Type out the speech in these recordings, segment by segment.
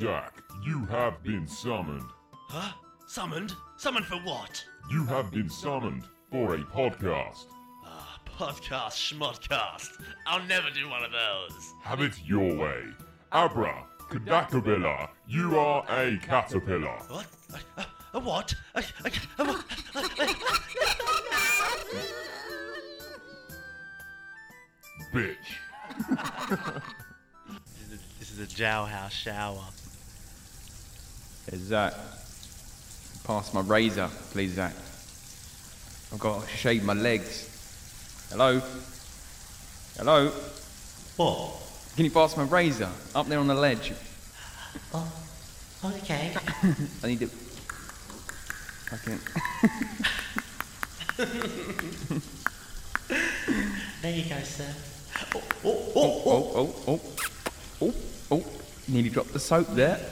Zack, you have been summoned. Huh? Summoned? Summoned for what? You have been summoned for a podcast. Ah, podcast, schmodcast. I'll never do one of those. Have it your way. Abra, Kadakabilla, you are a caterpillar. What? A, a, a what? A, a, a what? Bitch. This is a, this is a Jow House shower. Hey, Zach. Pass my razor, please, Zach. I've got to shave my legs. Hello? Hello? What? Can you pass my razor? Up there on the ledge. Okay. I need it. Fucking. There you go, sir. Oh, oh, oh, oh. Oh, oh. Nearly dropped the soap there.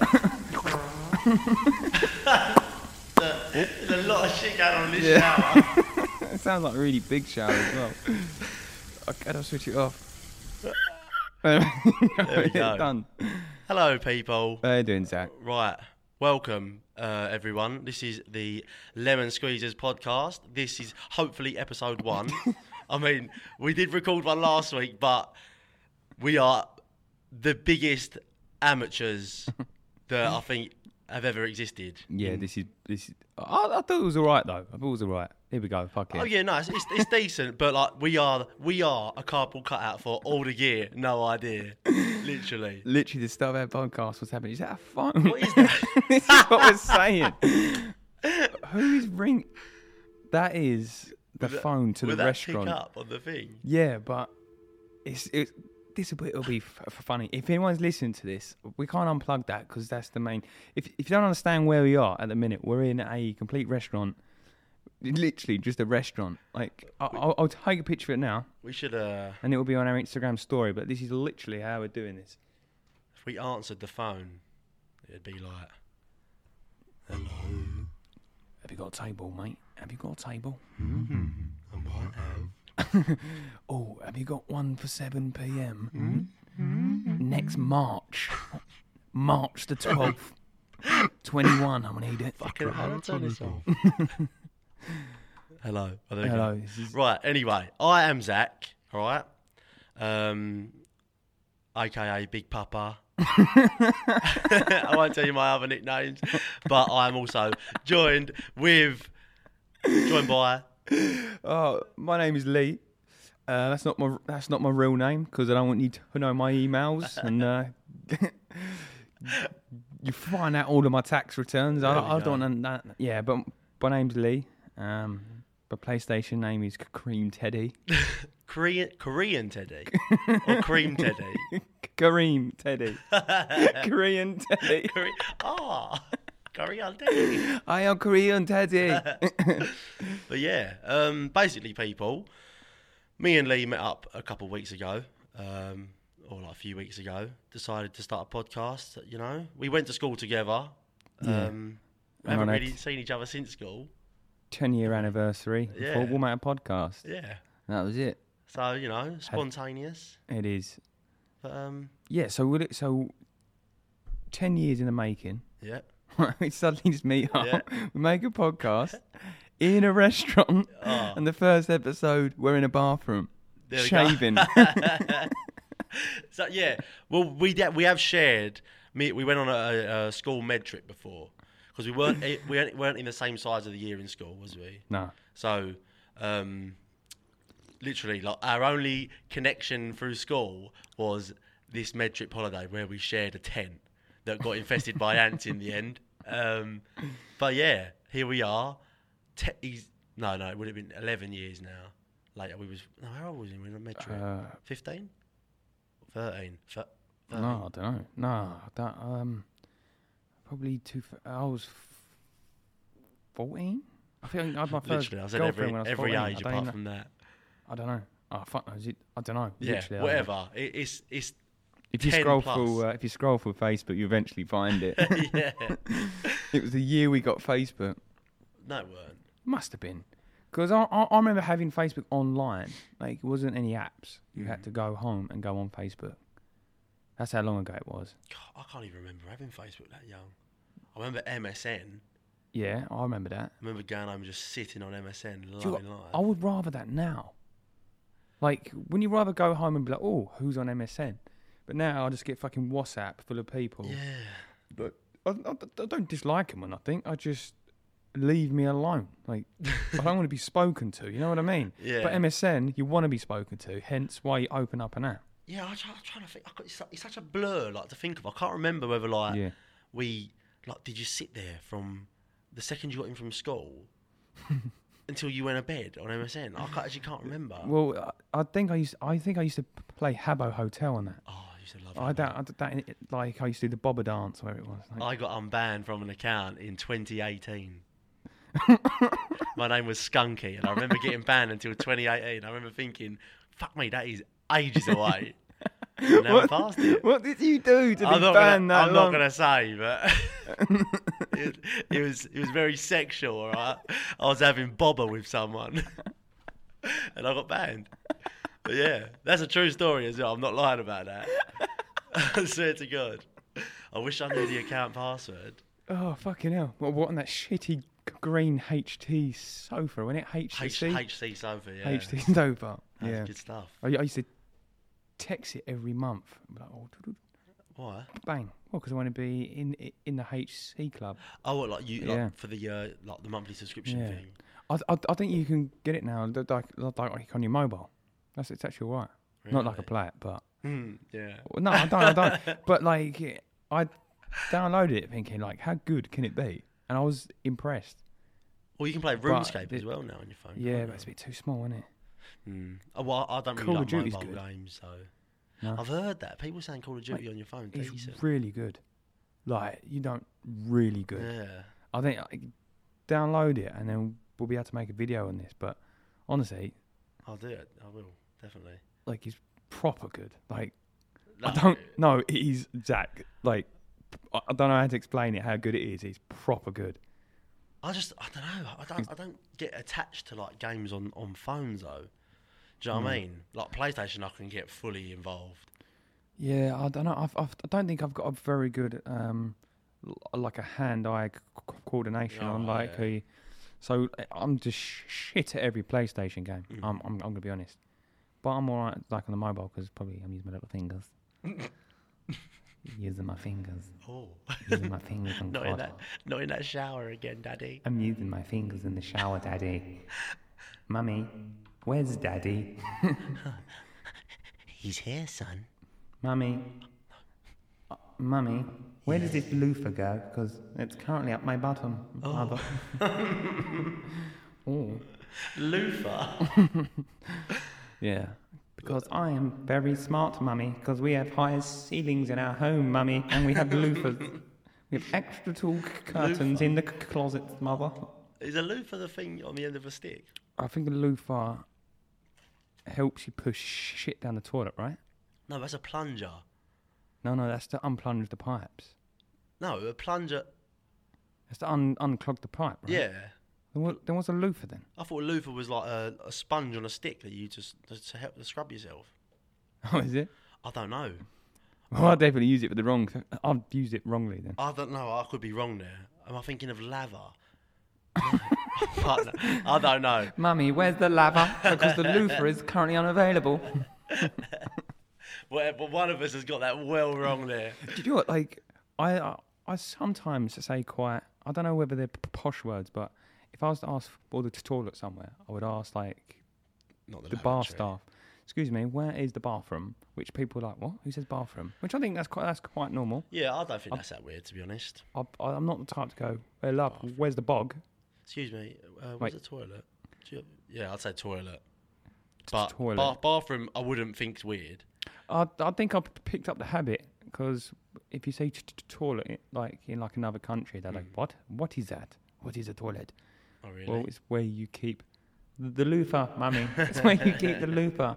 There's a lot of shit going on in this Yeah. shower. it sounds like a really big shower as well. okay, I'll switch it off. there we go. Done. Hello, people. How you doing, Zach? Right. Welcome, uh, everyone. This is the Lemon Squeezers podcast. This is hopefully episode one. I mean, we did record one last week, but we are the biggest amateurs that I think have ever existed. Yeah, this is this. Is, I, I thought it was all right though. I thought it was all right. Here we go. Fuck it. Oh yeah, no, it's, it's, it's decent, but like we are we are a cardboard cutout for all the gear. No idea, literally. Literally, the start of our podcast was happening. Is that a phone? What is that? this is what we're saying. Who is ring? That is the phone to Will the that restaurant. pick up on the thing? Yeah, but it's it's this will be, it'll be f- f- funny. If anyone's listening to this, we can't unplug that because that's the main. If if you don't understand where we are at the minute, we're in a complete restaurant. Literally, just a restaurant. Like I- I'll, I'll take a picture of it now. We should uh, and it will be on our Instagram story. But this is literally how we're doing this. If we answered the phone, it'd be like, "Hello, Have you got a table, mate? Have you got a table? I might Mm-hmm. have." Oh, have you got one for 7 p.m. Mm-hmm. next March, March the 12th, 21? I'm gonna need it. Fucking how do I turn this off? Hello. I don't Hello, know. this is- Right. Anyway, I am Zach. All right. Um, AKA Big Papa. I won't tell you my other nicknames, but I'm also joined with, joined by. Oh, my name is Lee. Uh, that's not my that's not my real name because I don't want you to know my emails and uh, you find out all of my tax returns. I, There don't- we I go. don't want that. Yeah, but my name's Lee. Um, my PlayStation name is Kareem Teddy. Korean, Korean Teddy or Cream Teddy? Kareem Teddy. Korean Teddy. Korean, ah, Korean Teddy. I am Korean Teddy. But yeah, um, basically, people, me and Lee met up a couple of weeks ago, um, or like a few weeks ago, decided to start a podcast. You know, we went to school together. Um, we And haven't I really liked- seen each other since school. Ten year anniversary. We Yeah. thought We'll make a podcast. Yeah. That was it. So, you know, spontaneous. It is. But um, Yeah. So will it? So ten years in the making. yeah. we suddenly just meet up. Yeah. We make a podcast in a restaurant, and the first episode we're in a bathroom Oh. There we go. shaving. So, yeah. Well, we de- we have shared. Me, we went on a, a school med trip before because we weren't eh, we weren't- weren't in the same size of the year in school, was we? no, So, um, literally, like our only connection through school was this med trip holiday where we shared a tent that got infested by ants in the end. Um, but yeah, here we are. Te- he's- no, no, it would have been eleven years now. Later, we was no, how old was he when we were on med trip? uh, Fifteen, thirteen. Thir- no, I don't know. No, I don't. Um, probably two. I was fourteen. I think I had my first Literally, I girlfriend said every, when I was every 14. age I don't, apart even- from that. I don't know. Oh, fuck, is it, I don't know. Yeah, Literally, I don't know. whatever. It, it's it's If you 10 scroll plus. through, uh, if you scroll through Facebook, you eventually find it. yeah. it was the year we got Facebook. No, it weren't. Must have been. Because I, I, I remember having Facebook Mm. online. Like, it wasn't any apps. You had to go home and go on Facebook. That's how long ago it was. God, I can't even remember having Facebook that young. I remember MSN. Yeah, I remember that. I remember going home and just sitting on MSN, Do you loving know life. what? I would rather that now. Like, wouldn't you rather go home and be like, oh, who's on MSN? But now I just get fucking WhatsApp full of people. yeah. But I, I- I don't dislike them or nothing. I just leave me alone. Like, I don't want to be spoken to. You know what I mean? Yeah. But MSN, you want to be spoken to. Hence why you open up an app. Yeah, I'm, try, I'm trying to think. I got, it's, su- it's such a blur, like to think of. I can't remember whether like Yeah. we like did you sit there from the second you got in from school until you went to bed on MSN. I can't, actually can't remember. Well, I, I think I used. I think I used to play Habbo Hotel on that. oh, I used to love I that. don't. I, don't- that like I used to do the Bobber dance where it was. Like, I got unbanned from an account in 2018. My name was Skunky, and I remember getting banned until 2018. I remember thinking, "Fuck me, that is ages away." And now I'm past it. What did you do to be I'm not gonna, banned that I'm not long? gonna say, but it, it was it was very sexual. All right, I was having bobber with someone, and I got banned. But yeah, that's a true story as well. I'm not lying about that. I swear to God, I wish I knew the account password. Oh fucking hell! What, what on that shitty green HT sofa? When it H- HTC HC sofa, yeah. HT sofa. That's Yeah. good stuff. I, I used to text it every month. I'm Like, oh, doo-doo, Why? bang. Well, because I want to be in in the HC club. Oh, what, like you, like Yeah. for the uh, like the monthly subscription Yeah. thing. I, I, I think you can get it now, like, like, like on your mobile. That's it's actually all right. Not like a Really? play it, but Hmm, yeah. Well, No, I don't. I don't. but like, I downloaded it thinking like, how good can it be? And I was impressed. Well, you can play RuneScape the- as well now on your phone. Yeah, can't but it's you? a bit too small, isn't it? Mm. Oh, well, I don't really Call of like Duty's mobile good. games, so No. I've heard that people saying Call of Duty on your phone It's decent. really good. Like, you don't really good. Yeah, I think I download it and then we'll be able to make a video on this. But honestly, I'll do it. I will definitely. like, it's proper good. Like, I No, don't know. It is Zach. Like, I I don't know how to explain it. How good it is. It's proper good. I just I don't know. I don't I don't get attached to like games on on phones though. Do you know Hmm. what I mean? Like PlayStation, I can get fully involved. Yeah, I don't know. I've, I've, I don't think I've got a very good, um, l- like a hand-eye c- c- coordination Oh, on like yeah. a. So I- I'm just sh- shit at every PlayStation game. Mm. I'm, I'm, I'm gonna be honest, but I'm alright like on the mobile because probably I'm using my little fingers. using my fingers. Oh, Using my fingers on not in COD. that not in that shower again, Daddy. I'm using my fingers in the shower, Daddy. Mummy, where's Daddy? He's here, son. Mummy, uh, mummy, where does this loofah go? Because it's currently up my bottom. Oh. oh. Loofah. Yeah. Because I am very smart, mummy. Because we have higher ceilings in our home, mummy, and we have loofahs. we have extra tall c- curtains in the c- closets, mother. Is a loofah the thing on the end of a stick? I think a loofah helps you push shit down the toilet, right? No, that's a plunger. No, no, that's to unplunge the pipes. No, a plunger. That's to un- unclog the pipe, right? Yeah. Then, what, then what's a loofah then? I thought a loofah was like a, a sponge on a stick that you just to help to scrub yourself. Oh, is it? I don't know. Well, I definitely use it for the wrong. I've used it wrongly then. I don't know. I could be wrong there. Am I thinking of lava? No. I don't- I don't know. Mummy, where's the lava? Because the loofah is currently unavailable. Well, but one of us has got that well wrong there. Do you know what? Like, I, I, I sometimes say quite. I don't know whether they're p- posh words, but if I was to ask for the toilet somewhere, I would ask like Not the bar staff. Excuse me, where is the bathroom? Which people are like, what? Who says bathroom? Which I think that's quite that's quite normal. Yeah, I don't think that's that weird to be honest. I, I, I'm not the type to go, hey, love, where's the bog? Excuse me. Uh, Wait. where's the toilet? Do you- yeah, I'd say toilet. But toilet. ba- bathroom, I wouldn't think's weird. I, I think I p- picked up the habit because if you say t- t- toilet i- like in like another country, they're like, "What? What is that? What is a toilet?" Oh Mm. really? Well, it's where you keep th- the loofah, mummy. it's where you keep the loofah.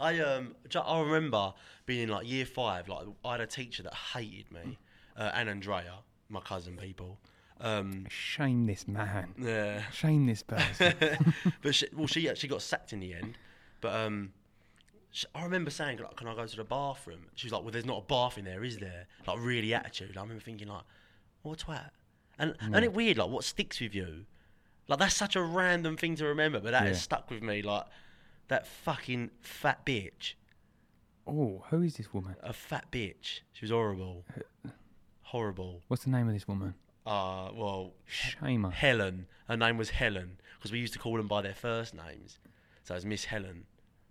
I um, ju- I remember being in like year five. Like I had a teacher that hated me, uh, and Andrea, my cousin, people. Um, Shame this man. yeah. Shame this person. but she, well, she actually got sacked in the end. But um, she, I remember saying, like, "Can I go to the bathroom?" She was like, "Well, there's not a bath in there, is there?" Like, really attitude. I remember thinking, like, "What a twat?" And and it weird, like, what sticks with you? Like, that's such a random thing to remember, but that has Yeah. stuck with me. Like, that fucking fat bitch, Oh, who is this woman? a fat bitch. She was horrible, horrible. What's the name of this woman? Uh, well, Shamer. Helen. Her name was Helen because we used to call them by their first names. So it was Miss Helen.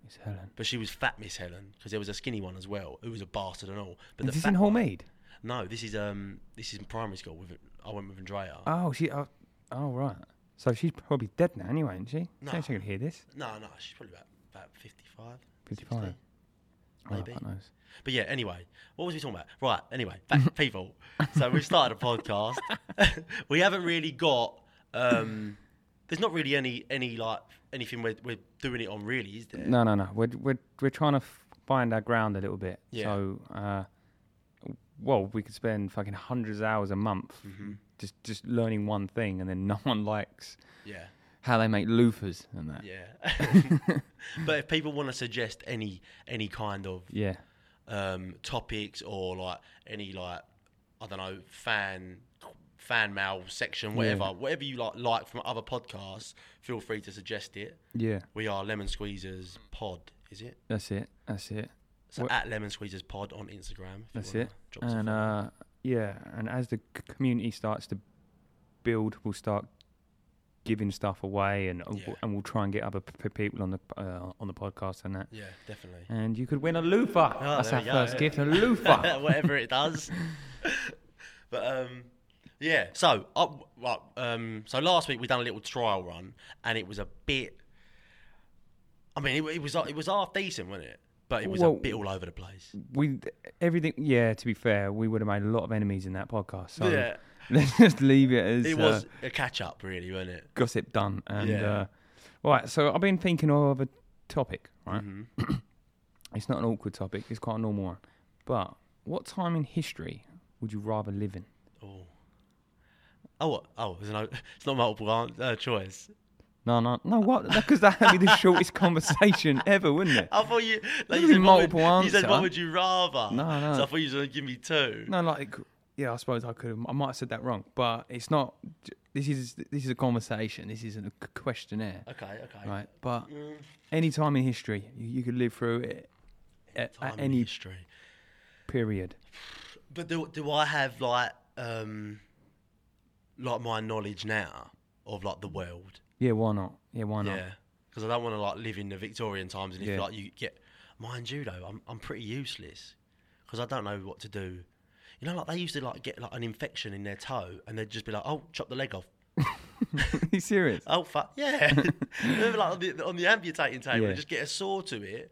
It's Helen. But she was fat Miss Helen because there was a skinny one as well who was a bastard and all. But Is this fat in one- Holmead? No, this is um this is in primary school. With I went with Andrea. Oh, she. Oh, oh, right. So she's probably dead now, anyway, isn't she? No. She's going to hear this. no, no, she's probably about about fifty five. 55. Oh, Maybe. fuck knows. But yeah, anyway, what was we talking about? Right, anyway, back people. So we've started a podcast. we haven't really got. um There's not really any any like anything we're we're doing it on really, is there? No, no, no. We're we're we're trying to f- find our ground a little bit. Yeah. So, uh, well, we could spend fucking hundreds of hours a month Mm-hmm. just just learning one thing, and then no one likes Yeah. how they make loofahs and that. Yeah. but if people want to suggest any any kind of Yeah. um, topics or like any like I don't know fan fan mail section, whatever, whatever you like like from other podcasts, feel free to suggest it. Yeah. We are Lemon Squeezers Pod, is it? That's it. That's it. So What- at Lemon Squeezers Pod on Instagram. if you That's wanna it. drop us a And follow. uh, yeah, and as the c- community starts to build, we'll start giving stuff away, and uh, Yeah. and we'll try and get other p- p- people on the uh, on the podcast and that. yeah, definitely. And you could win a loofah. Oh, That's there our we go. first gift, a loofah. whatever it does. but um, yeah. So uh, right, um, so last week we done a little trial run, and it was a bit. I mean, it, it was it was half decent, wasn't it? But it was a Well- bit all over the place. we everything. Yeah, to be fair, we would have made a lot of enemies in that podcast. So Yeah. let's just leave it as It uh, was a catch up, really, wasn't it? gossip done. And Yeah. uh, right, so I've been thinking of a topic. Right, Mm-hmm. it's not an awkward topic. It's quite a normal one. But what time in history would you rather live in? Oh. Oh, what? oh, there's no, it's not multiple an- uh, choice. No, no, no. What? Because that'd be the shortest conversation ever, wouldn't it? I thought you, like you said, what There's would, multiple you said, answer. what would you rather? No, no. So I thought you was going to give me two. No, like, yeah, I suppose I could have. I might have said that wrong, but it's not. This is this is a conversation. This isn't a c- questionnaire, Okay, okay. right? But Mm. any time in history, you, you could live through it at, Time at in any history. period. But do do I have like um like my knowledge now of like the world? Yeah, why not? Yeah, why not? Yeah, because I don't want to like live in the Victorian times and if Yeah. like you get mind you though, I'm I'm pretty useless because I don't know what to do. You know, like they used to like get like an infection in their toe and they'd just be like, oh, chop the leg off. Are you serious? Oh fuck, yeah. Remember, like on the, on the amputating table, Yeah. they just get a saw to it,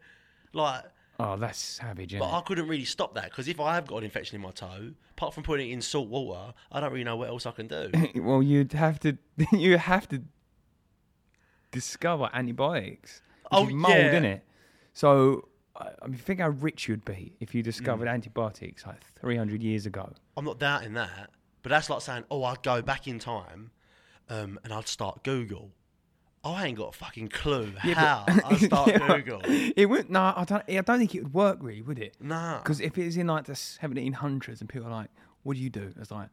like. Oh, that's savage. Isn't But I it? couldn't really stop that because if I have got an infection in my toe, apart from putting it in salt water, I don't really know what else I can do. well, you'd have to. You have to discover antibiotics. Which Oh, is mold yeah. in it. So I, I mean, think how rich you'd be if you discovered Mm. antibiotics like 300 years ago. I'm not doubting that, but that's like saying, "Oh, I'd go back in time, um, and I'd start Google." Oh, I ain't got a fucking clue how I start Yeah. Google. It wouldn't. No, I don't. I don't think it would work, really, would it? Nah, Because if it was in like the 1700s and people are like, "What do you do?" It's like,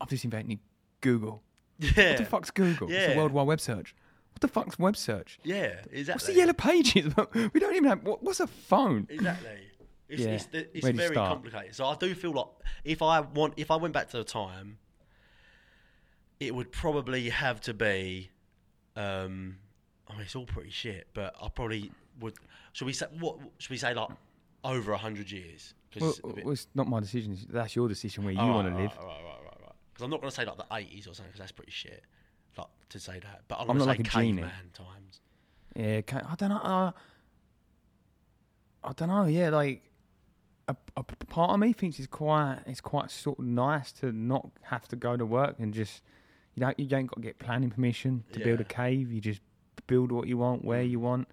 "I've just invented Google." yeah, What the fuck's Google? It's Yeah. a World Wide Web search. What the fuck's web search? yeah, exactly. What's the yellow pages? we don't even have. What, what's a phone? Exactly. It's, Yeah. it's, the, it's Where do you very start? complicated. So I do feel like if I want, if I went back to the time, it would probably have to be. Um, I mean, it's all pretty shit, but I probably would. Should we say what? Should we say like over a hundred years? Well, Because well, it's not my decision. it's- That's your decision where you want to live. Right, right, right, right, Because I'm not going to say like the eighties or something, because that's pretty shit. Like to say that, but I'm, I'm going to not say like a genie. caveman times. Yeah, can, I don't know. Uh, I don't know. Yeah, like a, a p- part of me thinks it's quite it's quite sort of nice to not have to go to work and just you don't you don't got to get planning permission to build a Yeah. cave. You just build what you want, where you want,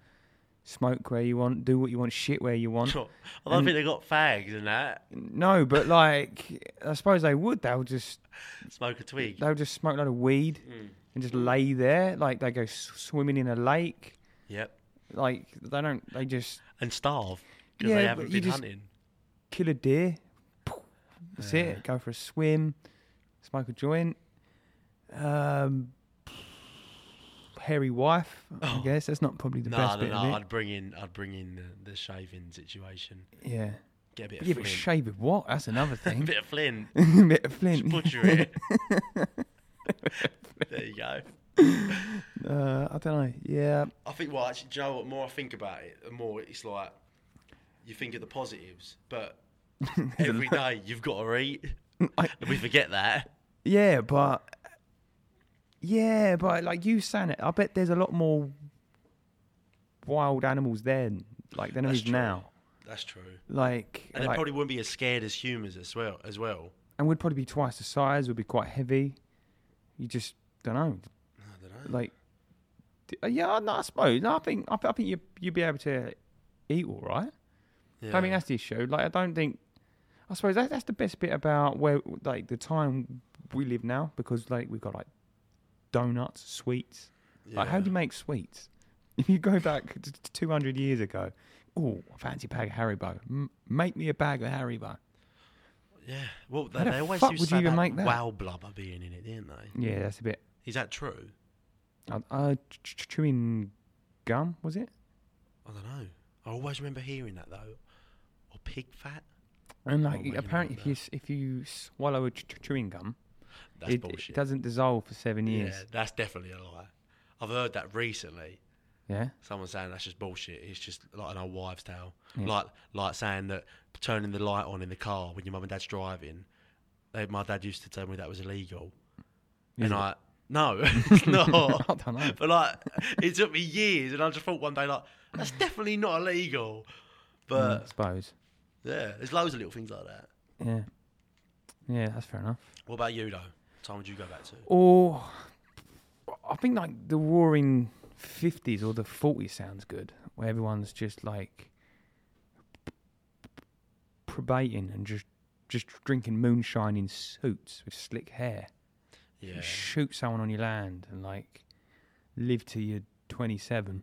smoke where you want, do what you want, shit where you I want. don't think they got fags and that. No, but like I suppose they would. They'll just Smoke a twig. they'll just smoke a load of weed and just lay there. Like they go s- swimming in a lake. Yep. Like they don't. They just and starve because Yeah, they but haven't you been just- hunting. kill a deer. That's it. Go for a swim. Smoke a joint. Um, hairy wife. I Oh. guess that's not probably the No, best no, bit no. of it. I'd bring in, I'd bring in the, the shaving situation. Yeah. Get a bit of Yeah, but flint. shave with what? That's another a thing. bit of flint. bit of Just flint. butcher it. there you go. Uh, I don't know. Yeah. I think. Well, actually, Joe, you know what? The more I think about it, the more it's like you think of the positives, but every day you've got to eat. I- we forget that. Yeah, but yeah, but like you saying it, I bet there's a lot more wild animals then, like than there That's is true. now. That's true. Like, And they like- probably wouldn't be as scared as humans as well. As well. and we'd probably be twice the size. We'd be quite heavy. You just don't know. I don't know. Like, d- uh, yeah, no, I suppose. No, I think I, th- I think you you'd be able to eat all right. I Yeah. don't think that's the issue. Like, I don't think. I suppose that, that's the best bit about where like the time we live now because like we've got like donuts, sweets. Like, how do you make sweets? If you go back to 200 years ago, oh, I fancy a bag of Haribo. M- make me a bag of Haribo. Yeah. Well, they, How the they always fuck used would to say you even about make that? wow blubber being in it, didn't they? Yeah, that's a bit. Is that true? Uh, uh, ch- ch- chewing gum, was it? I don't know. I always remember hearing that though. Or pig fat. And Oh, like, mate, you apparently, like if you, s- if you swallow a ch- ch- chewing gum, That's it, it bullshit. doesn't dissolve for seven yeah, years. that's definitely a lie. I've heard that recently. Yeah. Someone saying that's just bullshit. It's just like an old wives' tale. Yeah. Like like saying that turning the light on in the car when your mum and dad's driving. They, my dad used to tell me that was illegal, Is and it? I no, it's not. I don't know. But like, it took me years, and I just thought one day like that's definitely not illegal. But Mm, I suppose. yeah, there's loads of little things like that. Yeah. Yeah, that's fair enough. What about you though? Time would you go back to? Or I think like the roaring fifties or the forties sounds good, where everyone's just like probating and just just drinking moonshine in suits with slick hair. Yeah, Shoot someone on your land and like live till you're twenty seven.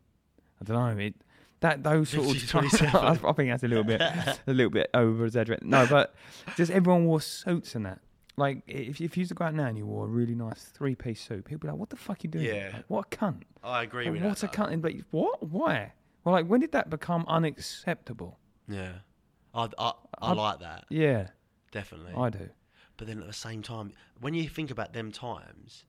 I don't know it. That those Live sort of till you're times, I 27. think that's a little bit, a little bit over exaggerated. No, but just everyone wore suits and that. Like if if you used to go out now and you wore a really nice three piece suit, people be like, "What the fuck you doing? Yeah. Like, what a cunt! I agree Like, with what that. a though. cunt!" And But what? Why? Well, like when did that become unacceptable? Yeah, I I, I I'd- like that Yeah, definitely. I do. But then at the same time, when you think about them times,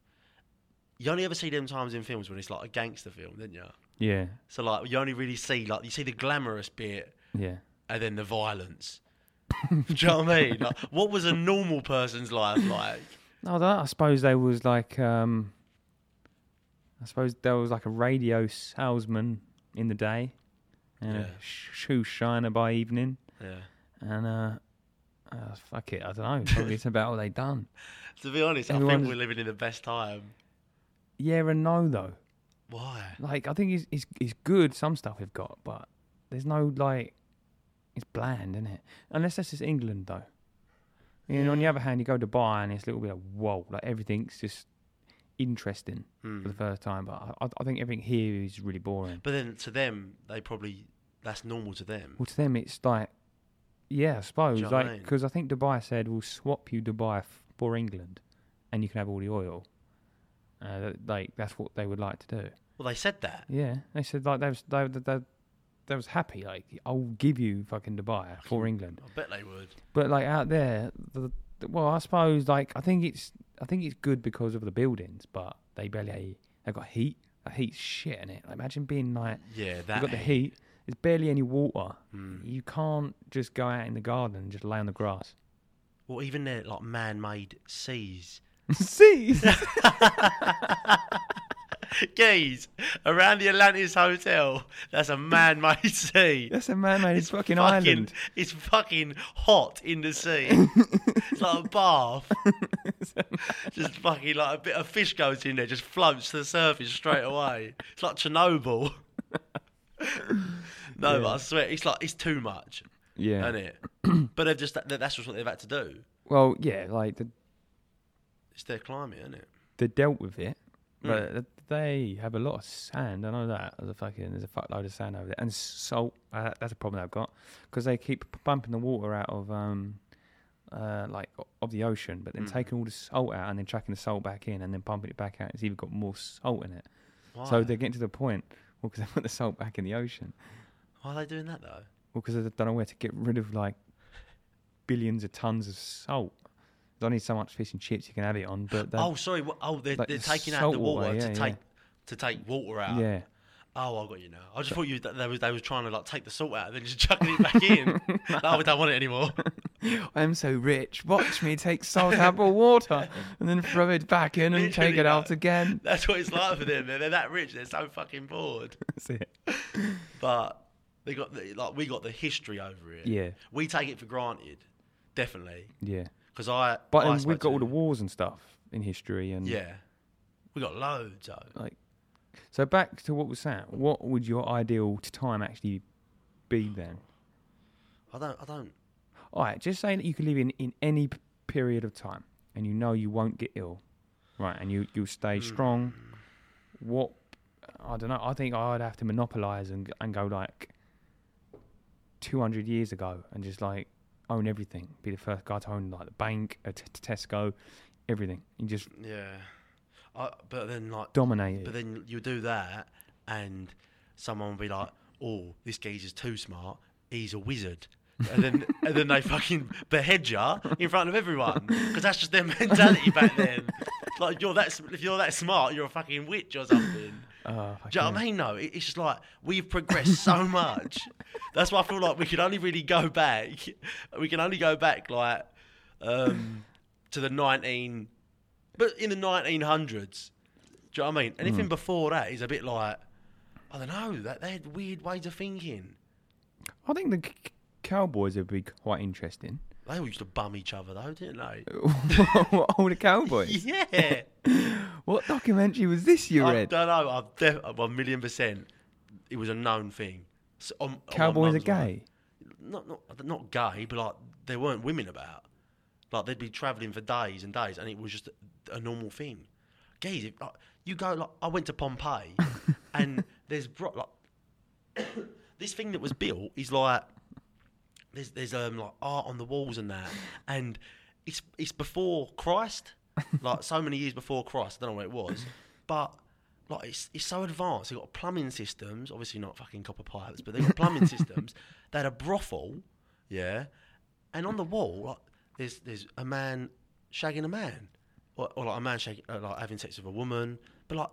you only ever see them times in films when it's like a gangster film, didn't you? Yeah, So like you only really see like you see the glamorous bit yeah. and then the violence. Do you know what I mean? Like, what was a normal person's life like? No, that I suppose they was like, um, I suppose there was like a radio salesman in the day, and Yeah. a sh- shoe shiner by evening, Yeah. and uh, uh, fuck it, I don't know. Probably it's about what they done. To be honest, I Everyone's- think we're living in the best time. Yeah and no though. Why? Like I think it's it's, it's good some stuff we've got, but there's no like it's bland, isn't it? Unless that's just England though. And on the other hand, you go to Dubai and it's a little bit of whoa, like everything's just interesting for Mm. the first time. But I, I think everything here is really boring. Hmm. But then to them, they probably that's normal to them. Well, to them, it's like yeah, I suppose know like what I 'cause mean? because I think Dubai said we'll swap you Dubai f- for England, and you can have all the oil. Uh, that- like that's what they would like to do. Well, they said that. Yeah, they said like they was they, they, they, they was happy. Like I'll give you fucking Dubai for England, I bet they would. but like out there, the, the, well, I suppose like I think it's I think it's good because of the buildings, but they barely they got heat. The heat's shit in it. Like, imagine being like Yeah, you that. got the heat. There's barely any water. You can't just go out in the garden and just lay on the grass. Well, even their like man-made seas. See, Gays around the Atlantis Hotel. That's a man-made sea. that's a man-made fucking, island. It's fucking hot in the sea. it's like a bath. just fucking like a bit of fish goes in there, just floats to the surface straight away. It's like Chernobyl. no, but I swear it's like it's too much, Yeah. isn't it? but they've just that- that's just what they've had to do. Well, yeah, like the, It's their climate, isn't it? they dealt with it, but they- they have a lot of sand. I know that there's a fucking there's a fuckload of sand over there, and salt. Uh, that's a problem they've got because they keep pumping the water out of um, uh, like o- of the ocean, but then Mm. taking all the salt out and then chucking the salt back in and then pumping it back out. It's even got more salt in it. Why? So they're getting to the point. Well, because they put the salt back in the ocean. Why are they doing that though? Well, because they don't know where to get rid of like billions of tons of salt. Don't need so much fish and chips you can have it on, but they- oh, sorry. wha- Oh, they're, like they're the taking out salt the water, water, yeah, to yeah. take to take water out. yeah, Oh, I got you now. I just thought you that they was they was trying to like take the salt out and then just chucking it back in. no, we don't want it anymore. I'm so rich. Watch me take salt out of water and then throw it back in and take Literally it out that. again. That's what it's like for them. They're, they're that rich. They're so fucking bored. That's it. But they got the, like we got the history over it. Yeah. we take it for granted, definitely. Yeah. Because I, But Oh, I then we've spoke got to- all the wars and stuff in history and yeah, we got loads. Of, like. So back to what was that? What would your ideal t- time actually be then? I don't, I don't. All right, just saying that you could live in, in any p- period of time and you know you won't get ill, right? And you, you'll stay Hmm. strong. What, I don't know, I think I'd have to monopolize and, g- and go like 200 years ago and just like own everything. Be the first guy to own like the bank, a t- t- Tesco, everything. You just Yeah, I, but then like dominate But it. then you do that, and someone will be like, "Oh, this geezer's too smart. He's a wizard." and then, and then they fucking behead you in front of everyone because that's just their mentality back then. Like you're that s- if you're that smart, you're a fucking witch or something. Oh, Do you know what I mean? No, it- it's just like we've progressed so much. That's why I feel like we can only really go back. We can only go back like um, to the nineteen, but in the nineteen hundreds. Do you know what I mean? Mm. Anything before that is a bit like I don't know. That they had weird ways of thinking. I think the c- c- Cowboys would be quite interesting. They all used to bum each other though, didn't they? All the Cowboys. Yeah. What documentary was this you I read? don't know. I'm def- one million percent. It was a known thing. So, on- on my Cowboys are mum's one. gay. not not not gay, but like there weren't women about. Like they'd be travelling for days and days, and it was just a normal thing. Gays, if, like, you go like I went to Pompeii, and there's bro- like this thing that was built is like there's there's um like art on the walls and that, and it's it's before Christ, like so many years before Christ. I don't know where it was, but like it's it's so advanced. They have got plumbing systems, obviously not fucking copper pipes, but they have got plumbing systems. They had a brothel, yeah, and on the wall like there's there's a man shagging a man, or, or like a man shagging uh, like having sex with a woman, but like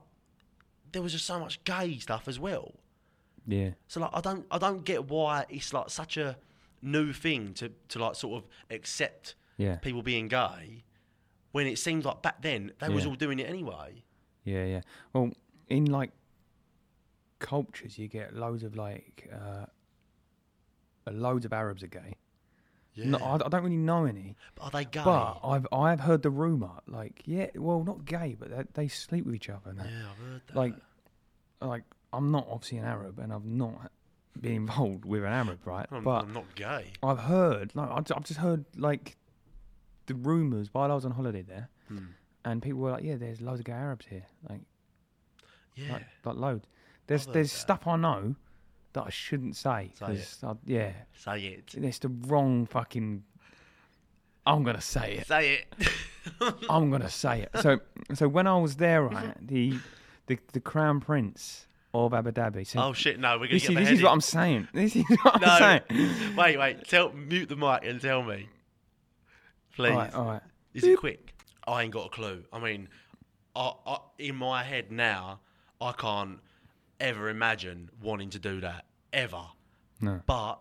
there was just so much gay stuff as well. Yeah. So like I don't I don't get why it's like such a new thing to, to like sort of accept Yeah. people being gay when it seems like back then they was Yeah. all doing it anyway. Yeah, yeah. Well, in like cultures, you get loads of like uh, loads of Arabs are gay. Yeah. No, I, I don't really know any, are they gay? but I've I've heard the rumor. Like, yeah, well, not gay, but they, they sleep with each other. And yeah, that. I've heard that. Like, like I'm not obviously an Arab, and I've not been involved with an Arab, right? I'm, but I'm not gay. I've heard, like, I've, I've just heard, like, the rumours while I was on holiday there, Hmm. and people were like, yeah, there's loads of gay Arabs here. Like, Yeah. like, like load. There's heard there's that. stuff I know that I shouldn't say. Say it. 'cause I, yeah, Say it. it's the wrong fucking. I'm gonna say it. Say it. I'm gonna say it. So so when I was there, right, the the, the crown prince of Abu Dhabi said, oh shit, no, we're gonna "This is get this is what I'm saying. This is what I'm beheaded. saying." No. wait, wait, tell mute the mic and tell me. Please. All right, all right. Is it quick? I ain't got a clue. I mean, I, I, in my head now, I can't ever imagine wanting to do that ever. No. But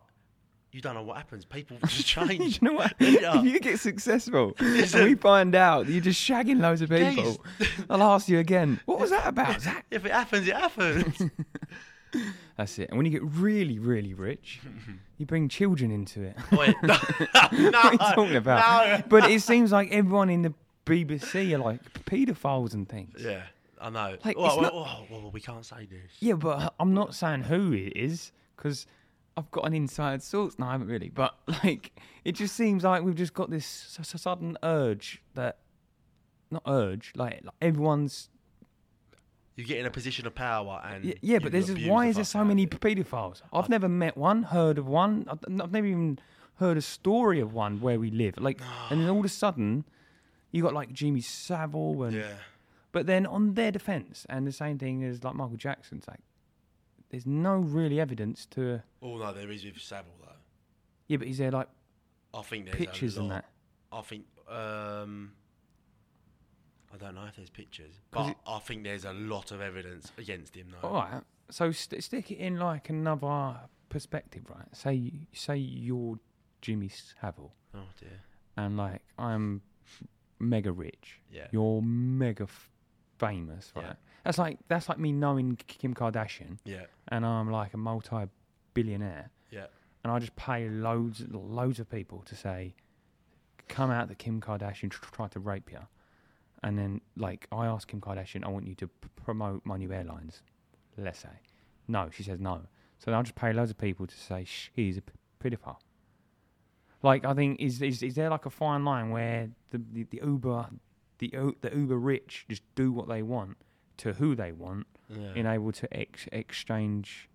you don't know what happens. People just Do you change. know what? Yeah. If you get successful and we find out that you're just shagging loads of people, I'll ask you again. What was that about, Zach? if it happens, it happens. That's it. And when you get really, really rich, you bring children into it. Wait, no, no, what are you talking about? no. But it seems like everyone in the BBC are like pedophiles and things. Yeah, Yeah, I know. Like, Whoa, it's whoa, not- whoa, whoa, we can't say this. but I'm not saying who it is because I've got an inside source. No, I haven't really. But like, it just seems like we've just got this s- s- sudden urge that, not urge, like, like everyone's You get in a position of power and Yeah, yeah but you there's just, abuse why the is there fuck so out of many it. paedophiles? I've never met one, heard of one. I've, n- I've never even heard a story of one where we live. Like, and then all of a sudden, you got like Jimmy Savile, and Yeah. but then on their defence, and the same thing as like Michael Jackson's. Like, there's no really evidence to. Oh no, there is with Savile though. Yeah, but is there like I think there's pictures a and lot. that? I think um, I don't know if there's pictures, 'Cause but it- Oh. I think there's a lot of evidence against him though. All right. So st- stick it in like another perspective, right? Say say you're Jimmy Savile, Oh dear. and like I'm mega rich. Yeah. You're mega f- famous, Yeah. right? That's like that's like me knowing K- Kim Kardashian, Yeah. and I'm like a multi-billionaire, Yeah. and I just pay loads loads of people to say, "Come out that Kim Kardashian tr- tried to rape you," and then like I ask Kim Kardashian, "I want you to p- promote my new airlines," let's say. No, she says no. So then I'll just pay loads of people to say she's a p- pedophile. Like I think is is is there like a fine line where the the, the Uber the U- the Uber rich just do what they want to who they want, Yeah. and able to ex- exchange.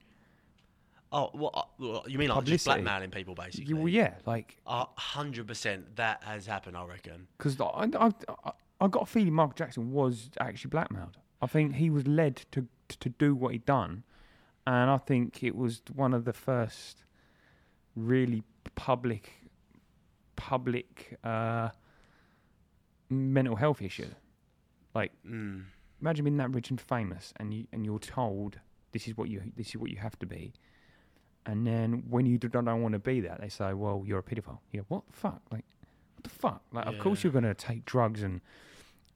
Oh, well, uh, well, you mean like just Publicity. blackmailing people, basically? You, well, yeah, like A hundred percent. That has happened, I reckon. because I, I I I got a feeling Michael Jackson was actually blackmailed. I think he was led to to do what he'd done, and I think it was one of the first really public public uh, mental health issue. Like Mm. imagine being that rich and famous and you and you're told this is what you this is what you have to be and then when you don't, don't want to be that they say well you're a pedophile you go what the fuck like what the fuck like of course Yeah. you're going to take drugs and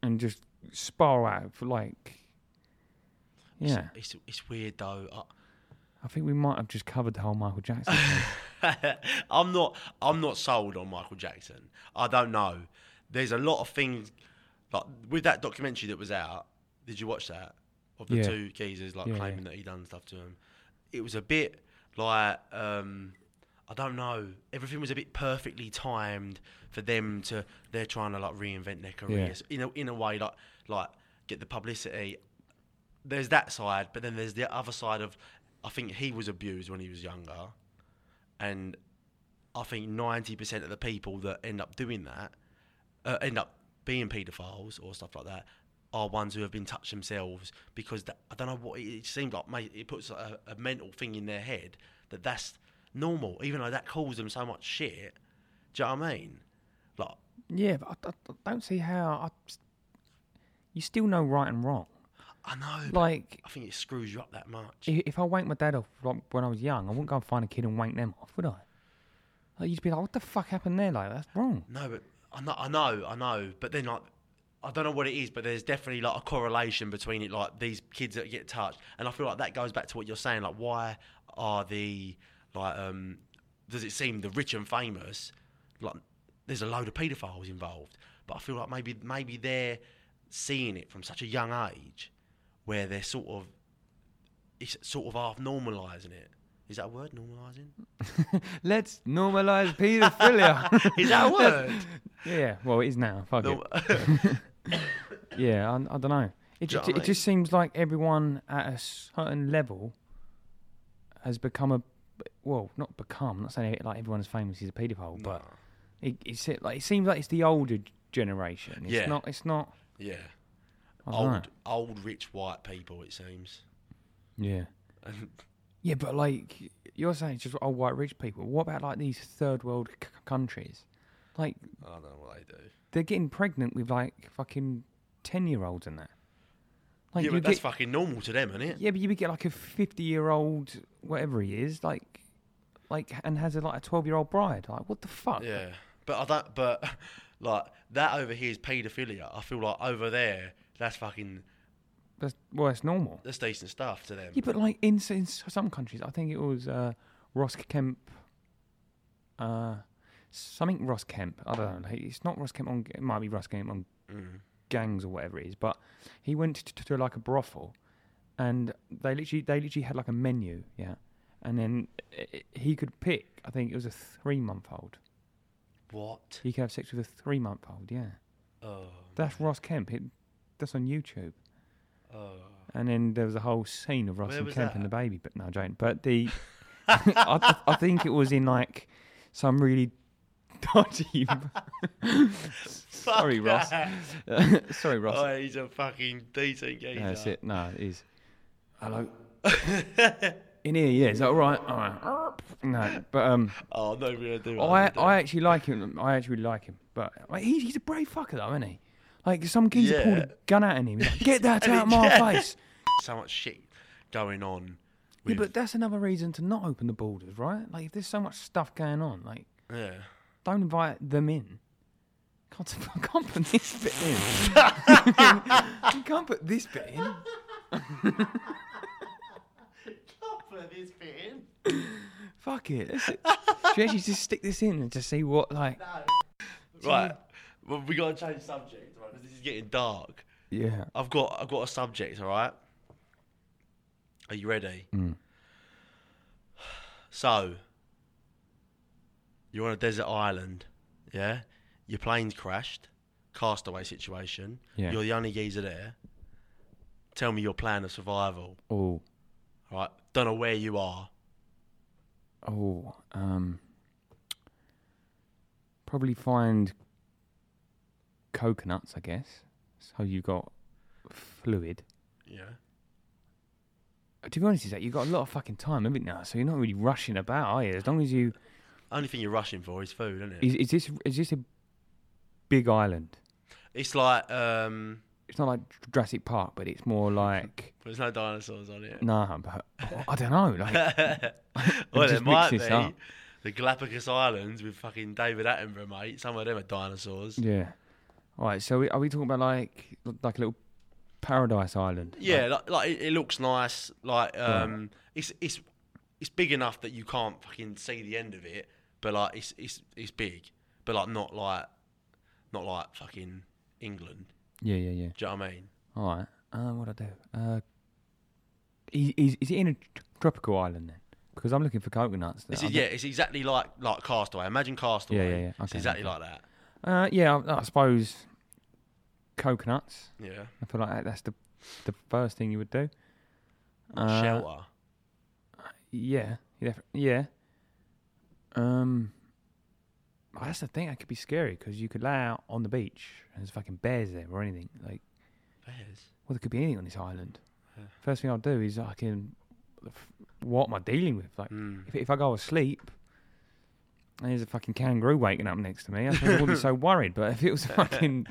and just spiral out for like It's- yeah It's, it's, weird though. I- i think we might have just covered the whole michael jackson I'm not. I'm not sold on Michael Jackson. I don't know. There's a lot of things like with that documentary that was out. Did you watch that? Of the Yeah. two geezers like Yeah, yeah. claiming that he done stuff to him. It was a bit like um, I don't know. Everything was a bit perfectly timed for them to. They're trying to like reinvent their careers in a in a way like like get the publicity there's that side, but then there's the other side of I think he was abused when he was younger, and I think ninety percent of the people that end up doing that uh, end up being paedophiles or stuff like that are ones who have been touched themselves because that, I don't know what it, it seems like. Mate, it puts a, a mental thing in their head that that's normal, even though that caused them so much shit. Do you know what I mean? Like, yeah but I, I- I don't see how I, you still know right and wrong I know. but like I think it screws you up that much. I- If I wanked my dad off like, when I was young, I wouldn't go and find a kid and wank them off, would I? Like, you'd be like, what the fuck happened there? Like, that's wrong. No, but I know, I know, I know. But then, like, I don't know what it is, but there's definitely like a correlation between it, like these kids that get touched, and I feel like that goes back to what you're saying. Like, why are the like, um, does it seem the rich and famous? Like, there's a load of paedophiles involved, but I feel like maybe maybe they're seeing it from such a young age, where they're sort of it's sort of half normalising it. Is that a word? Normalising? Let's normalize paedophilia. Is that a word? yeah, well, it is now. Fuck No- it. Yeah, I, I don't know. It, Do you know ju- what I it just seems like everyone at a certain level has become a. Well, not become. I'm not saying like everyone's famous is a paedophile, but it, it's like it seems like it's the older generation. It's Yeah. not. It's not. Yeah. I don't know. Old, old rich white people, it seems. Yeah. Yeah, but like you're saying, it's just old white rich people. What about like these third world c- countries? Like I don't know what they do. they're getting pregnant with like fucking ten year olds and that. Like yeah, but that's get, fucking normal to them, isn't it? yeah, but you would get like a fifty year old, whatever he is, like, like, and has a, like a twelve year old bride. Like, what the fuck? Yeah. But I don't, but like that over here is paedophilia. I feel like over there, that's fucking, That's well, that's normal. that's decent stuff to them. Yeah, but like in, s- in s- some countries, I think it was uh, Ross Kemp. Uh, something Ross Kemp. I don't know. like, It's not Ross Kemp on. It might be Ross Kemp on Mm. gangs or whatever it is. But he went to, to, to, like a brothel, and they literally they literally had like a menu, yeah. And then i i- he could pick. I think it was a three month old. What? He could have sex with a three month old. Yeah, Oh. that's Ross Kemp. It, that's on YouTube. Oh. And then there was a whole scene of Russ Where and was Kemp that? and the baby, but no, Jane. But the, I, th- I think it was in like some really dodgy. Sorry, Ross. Sorry, Ross. Oh, he's a fucking decent geezer. No, that's it. No, it is. Hello. In here, yeah. Is that all right? All right. No, but um, Oh, I'm not even gonna do it. I I actually like him. I actually like him. But like, he's he's a brave fucker though, isn't he? Like some geezer pulled Yeah. a gun out at him. He's like, Get that out of my Yeah. face. so much shit going on. Yeah, With, but that's another reason to not open the borders, right? Like if there's so much stuff going on, like yeah. don't invite them in. Can't, can't put this bit in. you can't put this bit in. Fuck it. let's- Should we actually just stick this in and just see what like Right. Well, we gotta change subject, right? 'cause this is getting dark. Yeah. I've got I've got a subject, all right? Are you ready? Mm. So, you're on a desert island, yeah? Your plane's crashed, castaway situation. Yeah. You're the only geezer there. Tell me your plan of survival, Oh. all right? Don't know where you are. Oh. Um probably find coconuts, I guess. So you got fluid. Yeah. To be honest, is that you've got a lot of fucking time, haven't you? now? So you're not really rushing about, are you? As long as you Only thing you're rushing for is food, isn't it? is, is this is this a big island? It's like um, It's not like Jurassic Park, but it's more like there's no dinosaurs on it. nah. But I- I don't know. Like well, there just mix might this be up. the Galapagos Islands with fucking David Attenborough, mate. Some of them are dinosaurs. Yeah. All right. So we- are we talking about like like a little paradise island? Yeah, like, like it, it looks nice. Like um, it's it's it's big enough that you can't fucking see the end of it. But like it's it's it's big. But like not like not like fucking England. Yeah. Yeah. Yeah. Do you know what I mean? All right. Uh, what do I do? Uh, is, is is it in a tr- tropical island then? Because I'm looking for coconuts. It's, I yeah, it's exactly like like Castaway. Imagine Castaway. yeah, yeah. It's Okay, exactly okay. like that. don't- Uh, yeah. I, I suppose coconuts. Yeah. I feel like that's the the first thing you would do. Uh, Shelter. Yeah. you defi- Yeah. Um. oh, that's the thing. That could be scary because you could lay out on the beach and there's fucking bears there or anything. Like, Bears. well, there could be anything on this island. First thing I'll do is I can, what am I dealing with? Like, Mm. Hmm. if, if I go asleep and there's a fucking kangaroo waking up next to me, I suppose I wouldn't be so worried. But if it was fucking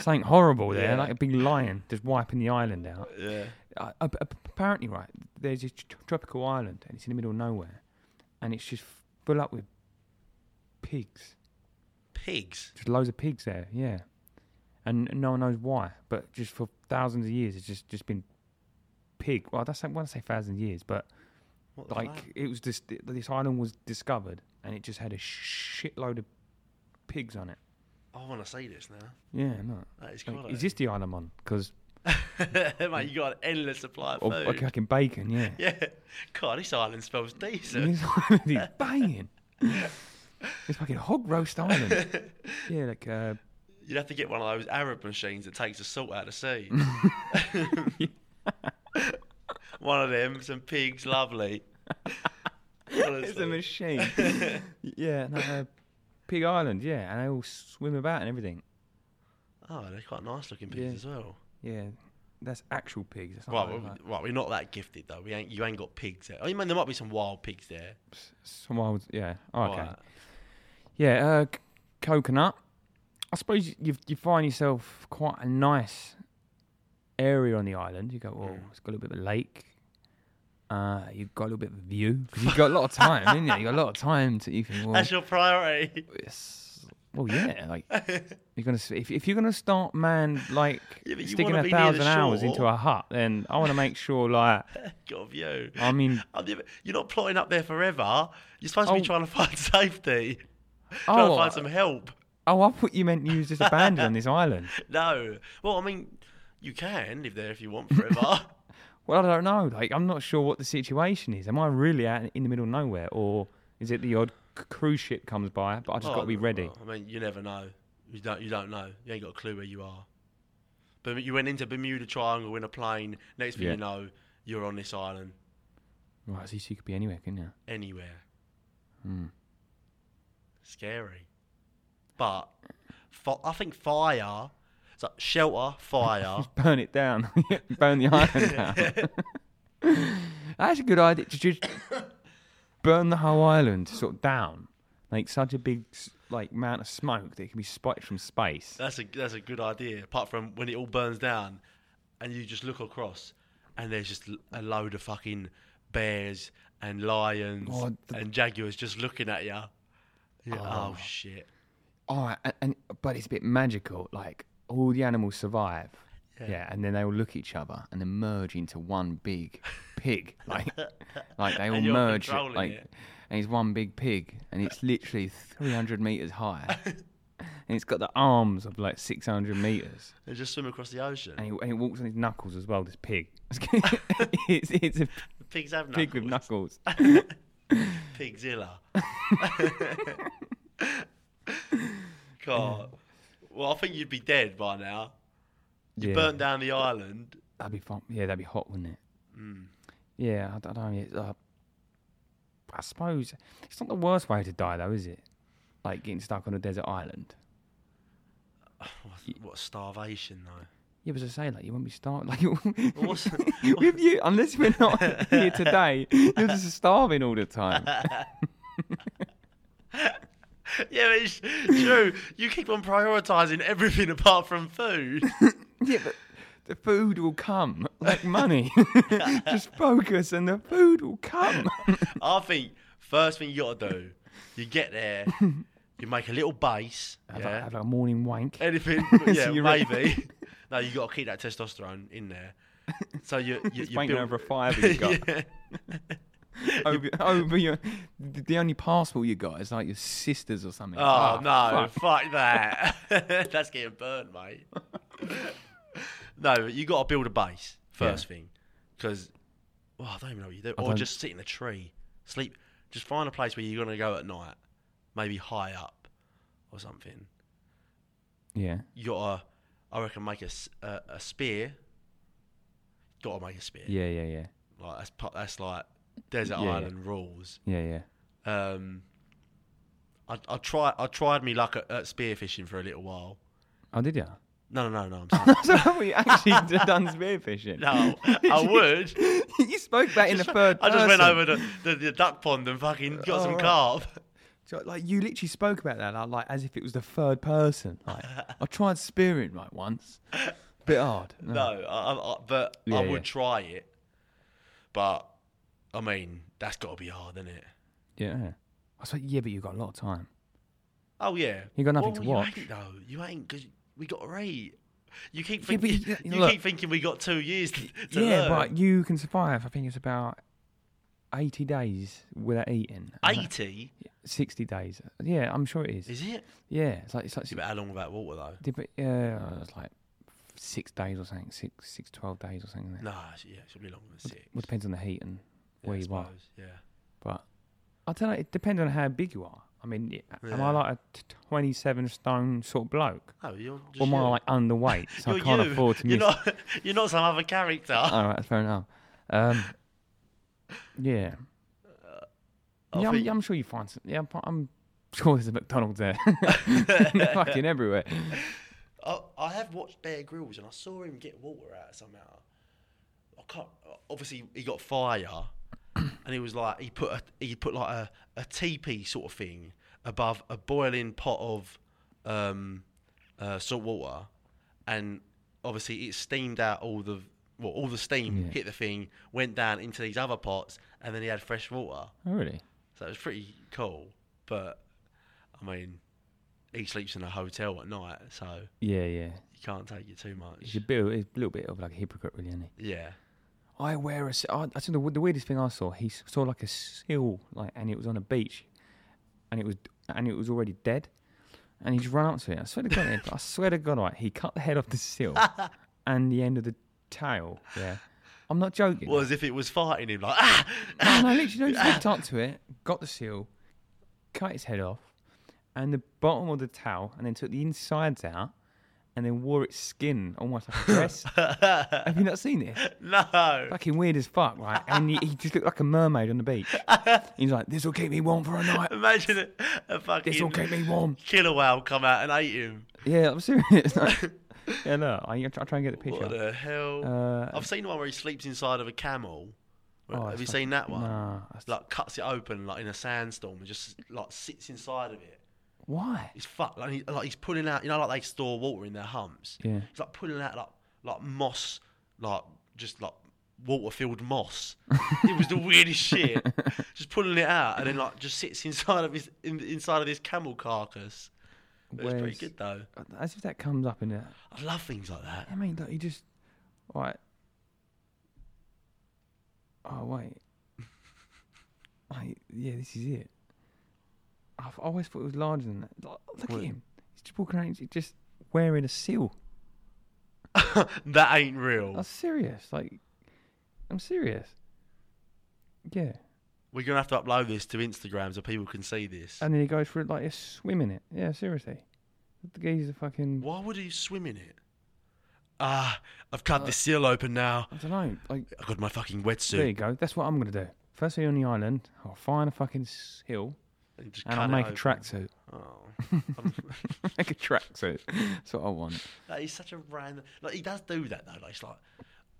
something horrible there, Yeah. like a big lion just wiping the island out, Yeah. uh, ap- ap- apparently, right, there's this tr- tropical island and it's in the middle of nowhere, and it's just full up with pigs. Pigs. Just loads of pigs there, yeah. And no one knows why, but just for thousands of years, it's just just been pig. Well, that's like, when I say thousands of years, but What the like fuck? it was just this island was discovered and it just had a shitload of pigs on it. I want to see this now. Yeah, no. That is Like, quality. is this the island one? Because Mate, you got an endless supply of of food. like, fucking bacon, yeah. Yeah. God, this island smells decent. This island is banging. It's fucking hog roast island. yeah, like uh, You'd have to get one of those Arab machines that takes the salt out of the sea. one of them, some pigs, lovely. it's a Honestly. machine. yeah, no, uh, Pig Island. Yeah, and they all swim about and everything. Oh, they're quite nice looking pigs Yeah. Oh, as well. Yeah, that's actual pigs. That's not Right, like- well, like right, we're not that gifted though. We ain't, you ain't got pigs there. I mean, there might be some wild pigs there. some old. Yeah. Oh, okay. Right. Yeah, uh, c- coconut. I suppose you you find yourself quite a nice area on the island. You go, oh, Hmm. it's got a little bit of a lake. Uh, you've got a little bit of a view 'cause you've got a lot of time, haven't you? You've got a lot of time to you think. Well, That's your priority. it's- well, yeah, like you're gonna s- if if you're gonna start man like Yeah, but you sticking wanna a be near the thousand hours shore. into a hut, then I want to make sure like Got a view. I mean, I'm never- you're not plotting up there forever. You're supposed to Oh. be trying to find safety, trying to oh, find some help. oh, I thought you meant you was just abandoned on this island. No. Well, I mean, you can live there if you want forever. Well, I don't know. Like, I'm not sure what the situation is. Am I really out in the middle of nowhere, or is it the odd c- cruise ship comes by? But I just Oh, got to be ready. well, I mean, you never know. You don't. You don't know. You ain't got a clue where you are. But you went into Bermuda Triangle in a plane. Next thing Yeah. you know, you're on this island Right, so you could be anywhere, couldn't you? anywhere. Hmm. Scary. But fi- I think fire, so shelter, fire. Burn it down. Burn the island down. That's a good idea. To just burn the whole island sort of down. Make such a big s- like amount of smoke that it can be spotted from space. that's a that's a good idea. Apart from when it all burns down, and you just look across, and there's just l- a load of fucking bears and lions Oh, the- and jaguars just looking at you. Yeah. Oh. Oh. shit. All right, and, and but it's Oh, a bit magical. Like all the animals survive. Yeah. Yeah. and then they all look at each other and then merge into one big pig. Like, like they all And you're merge. controlling Like, it. and it's one big pig, and it's literally 300 meters high, and it's got the arms of like 600 meters, They just swim across the ocean. and he, and he walks on his knuckles as well. This pig. it's, it's a The pigs have pig with knuckles. knuckles. Pigzilla. God. Well, I think you'd be dead by now. You Yeah. burnt down the island. That'd be fun. Yeah, that'd be hot, wouldn't it? Mm. Yeah, I don't know. It's, uh, I suppose it's not the worst way to die, though, is it? Like getting stuck on a desert island. What, what starvation though? Yeah, but as I say, like you won't be starving. Like you- What's- with you, unless we're not here today, you're just starving all the time. yeah, but it's true. You keep on prioritising everything apart from food. Yeah, but the food will come, like money. just focus, and the food will come. I think first thing you gotta do, you get there, you make a little base. Have, a, yeah? have a morning wank. Anything? So Yeah, you're- maybe. no, you got to keep that testosterone in there. So you you, Just you painting build- over a fire that you got. yeah. over, over your, the the only passport you got is like your sisters or something. Oh, no! Ah, fuck. Fuck, that. That's getting burnt, mate. no, but you got to build a base first thing. 'Cause thing, because well, I don't even know what you do, or don't- just sit in a tree, sleep. Just find a place where you're gonna go at night, maybe high up or something. Yeah, You gotta, I reckon, make a s- a, a spear. Gotta make a spear. yeah, yeah, yeah, Like that's pu- that's like desert Yeah, yeah. island rules. yeah, yeah. Um, I I try I tried me luck at, at spear fishing for a little while. Oh, did you? No, no, no, no. I'm sorry. so have we actually d- done spearfishing? no, I would. you spoke that in the third I person. Oh. just went over the, the, the duck pond and fucking got some Alright. carp. So, Like you literally spoke about that like, like as if it was the third person. Like I tried spearing like once, bit hard. No. No, I, I, I- but Yeah, I would yeah. try it. But I mean, that's got to be hard, isn't it? Yeah. I was like, yeah, but you got a lot of time. Oh yeah, You got nothing Well, to you watch. Ain't, though you ain't because we got to eat. You keep Yeah, but thinking you- you, look. keep thinking we got two years to, to yeah, learn. but you can survive. I think it's about eighty days without eating. And that- Eighty, Sixty days. Yeah, I'm sure it is. is it? Yeah, it's like it's like Yeah, but how long without water though? Did we, uh, it was like six days or something, six, six, twelve days or something. No, it's- yeah, it should be longer than six. Well, depends on the heat and Yeah, where I you are. suppose, Yeah. But I don't know. It depends on how big you are. I mean, i- am Yeah. I like a t- twenty-seven stone sort of bloke, Oh, you're just or am you. I like underweight? So I You're can't you. afford to You're miss. not, you're not some other character. All right, fair enough. Um, yeah. Uh, I yeah, I'm, think- yeah, I'm sure you find some. Yeah, I'm, fi- I'm sure there's a McDonald's there. Fucking everywhere. I, I have watched Bear Grylls and I saw him get water out somehow. I can't. Obviously, he got fire, and he was like he put a, he put like a a teepee sort of thing above a boiling pot of um, uh, salt water, and obviously it steamed out all the well all the steam Yeah. hit the thing, went down into these other pots, and then he had fresh water. Oh, really? So it was pretty cool. But I mean, he sleeps in a hotel at night, so you Yeah, yeah. can't take it too much. It's a bit, it's a little bit of like a hypocrite, really, isn't he? Yeah. I wear a. s- I, I think the, the weirdest thing I saw. He s- saw like a seal, like, and it was on a beach, and it was and it was already dead, and he just ran up to it. I swear to God, Ed, I swear to God, right, he cut the head off the seal and the end of the tail. Yeah, I'm not joking. Well, as if it was farting him, like, ah! No, no, literally, no, he just up to it, got the seal, cut its head off, and the bottom of the towel, and then took the insides out, and then wore its skin almost like a dress. Have you not seen this? No. Fucking weird as fuck, right? And he, he just looked like a mermaid on the beach. He's like, "This will keep me warm for a night. Imagine a, a fucking This will keep me warm." killer whale come out and ate him. Yeah, I'm serious. Like, yeah, look, I, I'll try and get the picture. What the hell? Uh, I've seen one where he sleeps inside of a camel. Oh, Have that's you seen that one? Nah, that's- Like cuts it open like in a sandstorm and just like sits inside of it. why? He's fucked. Like, he, like he's pulling out. You know, like they store water in their humps. Yeah. He's like pulling out like like moss, like just like water filled moss. it was the weirdest shit. Just pulling it out and then like just sits inside of his in, inside of this camel carcass. It was pretty Whereas- good though. As if that comes up in a. I love things like that. I mean, look, you just. Right. Oh, wait. I, yeah, this is it. I've always thought it was larger than that. Look, look at What? him. He's just walking around, he's just wearing a seal. that ain't real. I'm serious. Like, I'm serious. Yeah. We're gonna have to upload this to Instagram so people can see this. And then he goes for like a swim in it. Yeah, seriously. The geezer fucking. Why would he swim in it? Ah, I've cut this seal open now. I don't know. Like, I've got my fucking there you wetsuit. go. That's what I'm going to do. First thing on the island, I'll find a fucking s- hill And, just and cut I'll it make a open. tracksuit. Oh. make a tracksuit. That's what I want. That is such a random. Like he does do that though. Like it's like,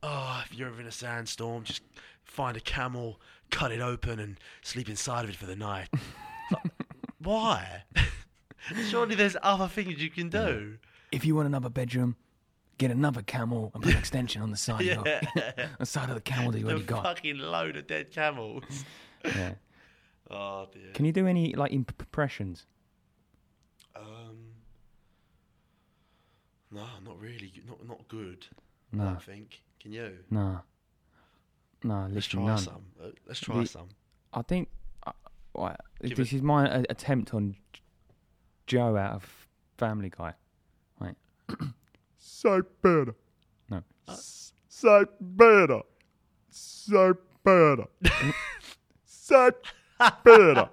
oh, if you're ever in a sandstorm, just find a camel, cut it open, and sleep inside of it for the night. It's like, why? Surely there's other things you can do. If you want another bedroom, get another camel and put an extension on the side, Yeah, of, the- the side of the camel that you the already got. fucking load of dead camels. Yeah. Oh dear. Can you do any like imp- impressions? Um, no, not really. Not not good. I No. don't think. Can you? Nah. Nah, Let's literally try none. some. Uh, Let's try The- some. I think I right, Give this is my a- attempt on J- Joe out of Family Guy. Right? Say better. No. Say better. Say better. Say better.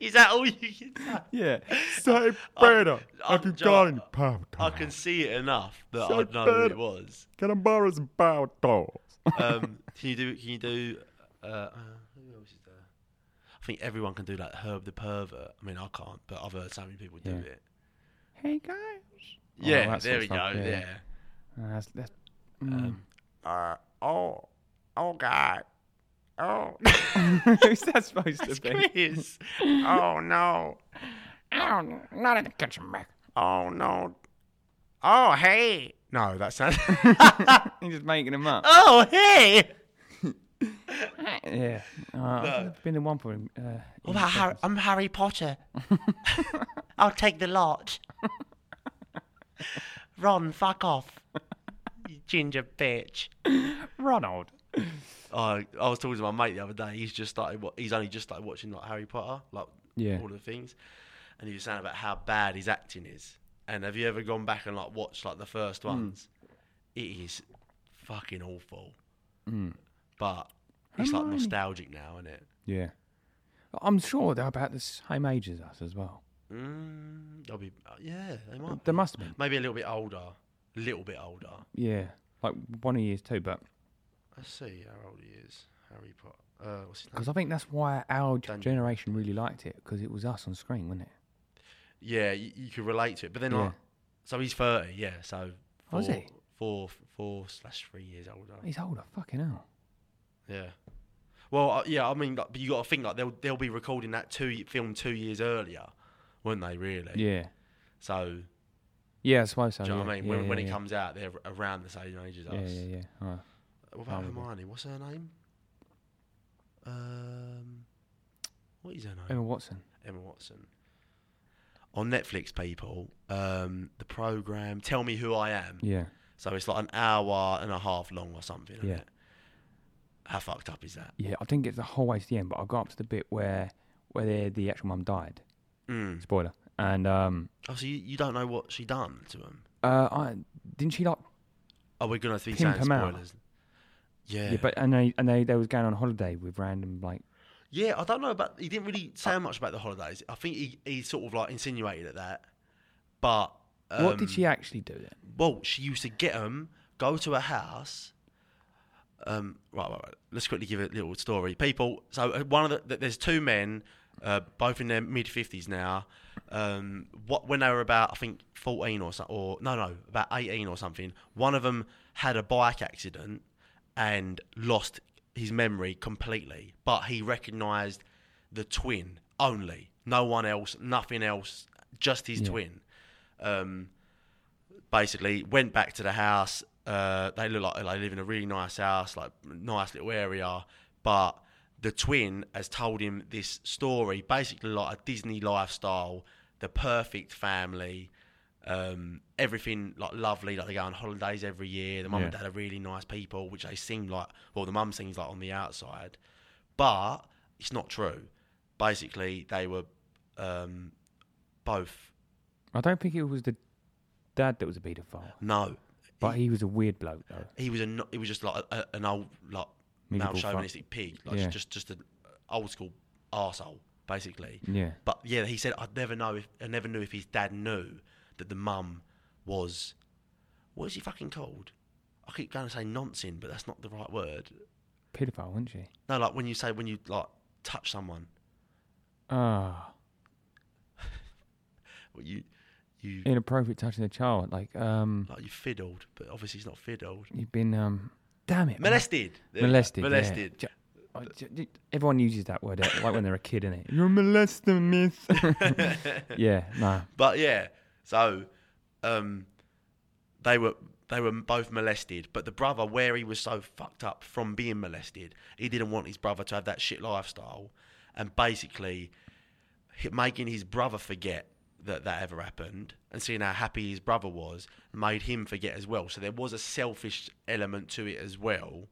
Is that all you can say? Yeah. Say better. I- Have you Joe, got any power I can see it enough that So I know who bad. it was. Can I borrow some power dolls? Um, can you do? Can you do? Uh, uh, who else is there? I think everyone can do like Herb the pervert. I mean, I can't, but I've heard so many people do Yeah. it. Hey guys. Oh, yeah, that sort there of we go. stuff, Yeah. yeah. Uh, that's, that's, Um, Uh, oh. Oh, God. Oh. mm. who's that supposed to be? Chris, Oh, no. Oh, not in the kitchen, back. Oh, no. Oh, hey. No, that sounds. He's just making them up. Oh hey! yeah. Uh, I've never been the one for him. Uh, in- I'm Harry Potter. I'll take the lot. Ron, fuck off. You ginger bitch. Ronald. I I was talking to my mate the other day. He's just started. wa- He's only just started watching like Harry Potter, like Yeah. all the things, and he was saying about how bad his acting is. And have you ever gone back and like watched like the first ones? It is fucking awful. But it's like Hermione. nostalgic now, isn't it? Yeah. I'm sure they're about the same age as us as well. Mm, they'll be yeah, they might. They must have been. Maybe a little bit older, a little bit older. Yeah, like one of years too, but Let's see how old he is. Harry Potter. Uh, what's his name? because I think that's why our g- Done. generation really liked it because it was us on screen, wasn't it? Yeah, you, you could relate to it, but then Yeah. like, so he's thirty. Yeah, so four, Was he? four, four slash three years older. He's older, fucking hell. Yeah. Well, uh, yeah, I mean, like, but you got to think like they'll they'll be recording that two film two years earlier, won't they? Really? Yeah, So, do yeah, I suppose so. you know yeah. what I mean? Yeah, when yeah, when it yeah. comes out, they're around the same age as yeah, us. yeah, yeah. All right. What about Probably. Hermione? What's her name? Um, what is her name? Emma, Emma Watson. Watson. On Netflix, people, um, the program "Tell Me Who I Am." Yeah, So it's like an hour and a half long or something. isn't Yeah. it? How fucked up is that? yeah. I didn't get the whole way to the end, but I got up to the bit where where the, the actual mum died. Mm. Spoiler. And um, Oh, so you, you don't know what she done to him? uh, I didn't she like Oh, we're gonna be Pimp saying 'em out. spoilers. Yeah. yeah, but and they and they, they was going on holiday with random like Yeah, I don't know about. He didn't really say much about the holidays. I think he, he sort of like insinuated at that, but what did she actually do then? Well, she used to get them, go to her house. Um, right, right, right. Let's quickly give a little story. People, so uh, one of the, th- there's two men, uh, both in their mid fifties now. Um, what when they were about, I think fourteen or so, or no, no, about eighteen or something. One of them had a bike accident and lost his memory completely, but he recognised the twin only, no one else, nothing else, just his twin. Um, basically went back to the house. Uh, they look like they live in a really nice house, like nice little area. But the twin has told him this story, basically like a Disney lifestyle, the perfect family, um, everything like lovely. Like they go on holidays every year. The mum and Yeah. dad are really nice people, which they seem like. Well, the mum seems like on the outside, but it's not true. Basically, they were um, both I don't think it was the dad that was a paedophile, no. but he was a weird bloke though. he was a no- he was just like a, a- an old like male Miserable fuck. chauvinistic pig, like Yeah. just just an old school arsehole, basically. Yeah. But yeah, he said I'd never know if I never knew if his dad knew that the mum was what is he fucking called? I keep going to say nonsense, but that's not the right word. Paedophile, wasn't she? No, like when you say when you like touch someone, Ah, what you you inappropriate touching a child. Like, um, like you fiddled, but obviously it's not fiddled. you've been, um, damn it, man. Molested. There we go. molested, yeah. Molested. Ju- I- ju- ju- Everyone uses that word eh, like when they're a kid, innit? You're molesting me. yeah, nah. But yeah, so um, they were they were both molested. But the brother, where he was so fucked up from being molested, he didn't want his brother to have that shit lifestyle, and basically hi- making his brother forget that that ever happened and seeing how happy his brother was made him forget as well. So there was a selfish element to it as well.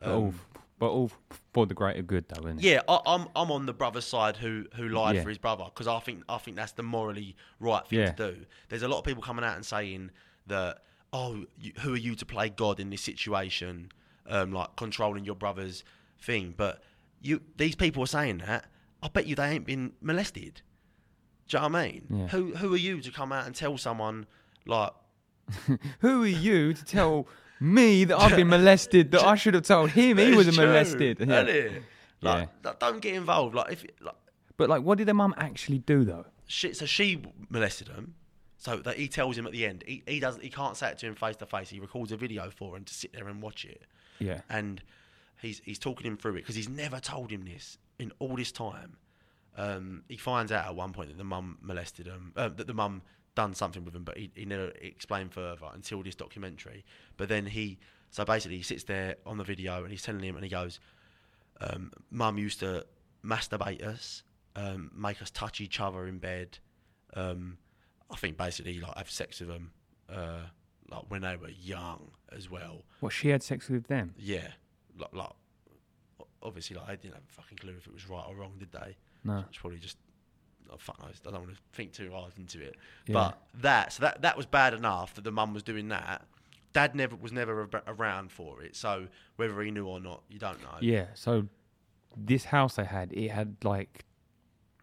But, all, f- but all f- for the greater good, though, isn't it? Yeah, I, I'm I'm on the brother's side who who lied Yeah. for his brother because I think I think that's the morally right thing Yeah. to do. There's a lot of people coming out and saying that oh, you, who are you to play God in this situation, um, like controlling your brother's thing. But you these people are saying that. I bet you they ain't been molested. Do you know what I mean? Yeah. Who who are you to come out and tell someone like Who are you to tell me that I've been molested, that I should have told him he "It's was true, molested? Yeah. ain't it?" Like, don't get involved. Like if like, But, like, what did their mum actually do, though? she, so she molested him. So that he tells him at the end, he, he doesn't, he can't say it to him face to face. He records a video for him to sit there and watch it, Yeah. and he's he's talking him through it because he's never told him this in all this time. Um, he finds out at one point that the mum molested him, uh, that the mum done something with him, but he, he never explained further until this documentary. But then he, so basically, he sits there on the video and he's telling him, and he goes, um, mum used to masturbate us, um, make us touch each other in bed. Um, I think basically like have sex with them, uh, like when they were young as well. Well, she had sex with them. Yeah, like, like obviously like I didn't have a fucking clue if it was right or wrong, did they? No. It's probably just oh, fuck knows. I don't want to think too hard into it. Yeah. But that so that that was bad enough that the mum was doing that. Dad never was never ab- around for it, so whether he knew or not, you don't know. Yeah. So this house they had, it had like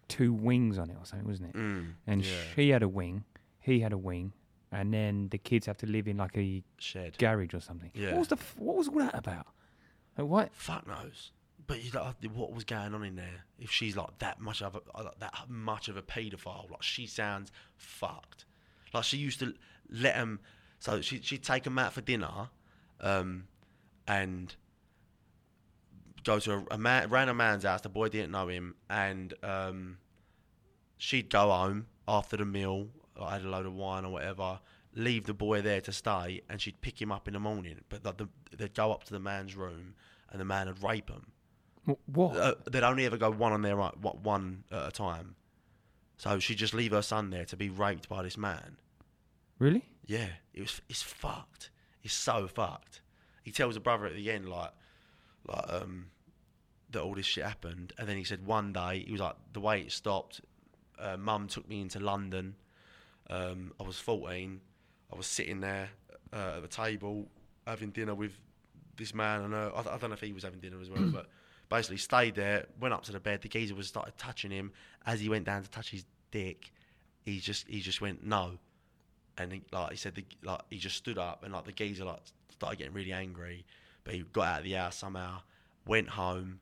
two wings on it or something, wasn't it? Mm, and yeah. she had a wing, he had a wing, and then the kids have to live in like a Shed. garage or something. Yeah. What was the f- What was all that about? Like, what? Fuck knows. But you like, "Oh, what was going on in there? If she's like that much of a uh, like, that much of a paedophile, like she sounds fucked. Like she used to let him. So she she'd take him out for dinner, um, and go to a, a man, random man's house. The boy didn't know him, and um, she'd go home after the meal. I had a load of wine or whatever. Leave the boy there to stay, and she'd pick him up in the morning. But the, the, they'd go up to the man's room, and the man would rape him. wh- What? Uh, they'd only ever go one on their own, one- one at a time. So she'd just leave her son there to be raped by this man. really? Yeah, it was. It's fucked. It's so fucked. He tells the brother at the end, like, like um, that all this shit happened, and then he said one day he was like, the way it stopped. Uh, Mum took me into London. Um, I was fourteen. I was sitting there uh, at the table having dinner with this man. And her. I, I don't know if he was having dinner as well, but basically stayed there. Went up to the bed. The geezer was started touching him as he went down to touch his dick. He just he just went no and he, like he said, the, like he just stood up and like the geezer like started getting really angry, but he got out of the house somehow, went home,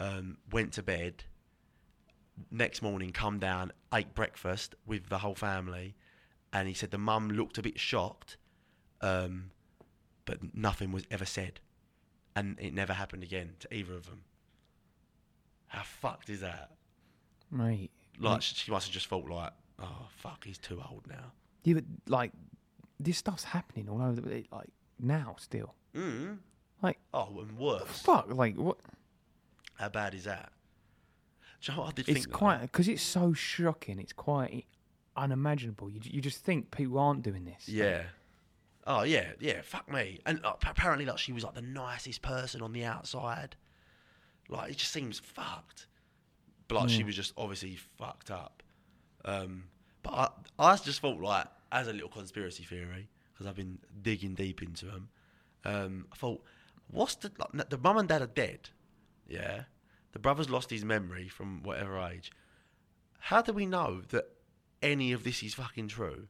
um, went to bed. Next morning, come down, ate breakfast with the whole family, and he said the mum looked a bit shocked, um, but nothing was ever said, and it never happened again to either of them. How fucked is that? Mate. Like she she must have just thought like, oh fuck, he's too old now. Yeah, but like this stuff's happening all over the like now still. Mm. Like Oh, and worse. fuck, like what? How bad is that? Do you know what I did It's think? quite because it's so shocking. It's quite unimaginable. You you just think people aren't doing this. Yeah. Oh yeah, yeah. Fuck me. And uh, apparently, like she was like the nicest person on the outside. Like it just seems fucked. But like she was just obviously fucked up. Um, but I, I just thought like as a little conspiracy theory because I've been digging deep into them. Um, I thought, what's the like, n- the mum and dad are dead? Yeah, the brother's lost his memory from whatever age. How do we know that any of this is fucking true?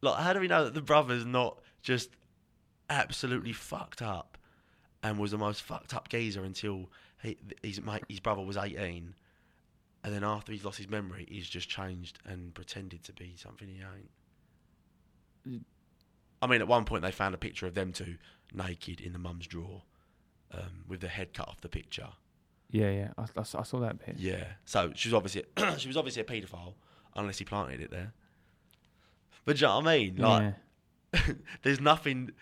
Like, how do we know that the brother's not just absolutely fucked up and was the most fucked up geezer until he, his mate, his brother was eighteen, and then after he's lost his memory, he's just changed and pretended to be something he ain't. I mean, at one point they found a picture of them two naked in the mum's drawer, um, with the head cut off the picture. yeah, yeah. I, I, saw- I saw that bit. Yeah. So she was obviously she was obviously a paedophile, unless he planted it there. But do you know what I mean? Like, Yeah. there's nothing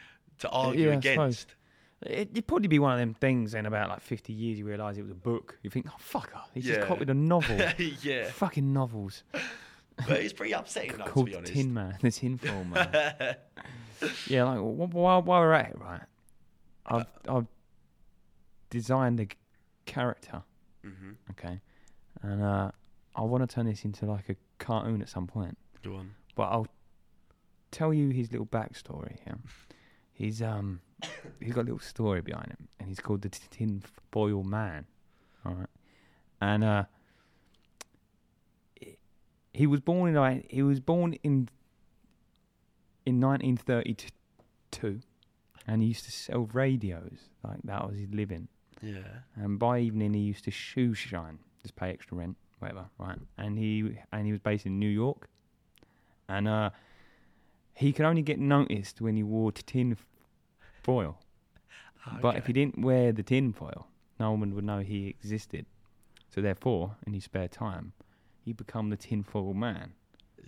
to argue yeah, I against. It, it'd probably be one of them things. In about like fifty years, you realise it was a book. You think, oh fuck, her. he's Yeah. just copied a novel. yeah, Fucking novels but it's pretty upsetting, though, to called be honest. Tin Man, the Tin Foil Man. yeah, like wh- wh- while while we're at it, right? I've Uh, I've designed a g- character, Mhm. okay, and uh, I want to turn this into like a cartoon at some point. Go on. but I'll tell you his little backstory. Yeah, he's um he's got a little story behind him, and he's called the T- Tin Foil Man. All right, and uh, he- he was born in like, he was born in in 1932, and he used to sell radios like that was his living. Yeah. And by evening, he used to shoe shine, just pay extra rent, whatever, right? And he and he was based in New York, and uh, he could only get noticed when he wore t- tin foil. But if he didn't wear the tin foil, no one would know he existed. So therefore, in his spare time, he become the tin foil man.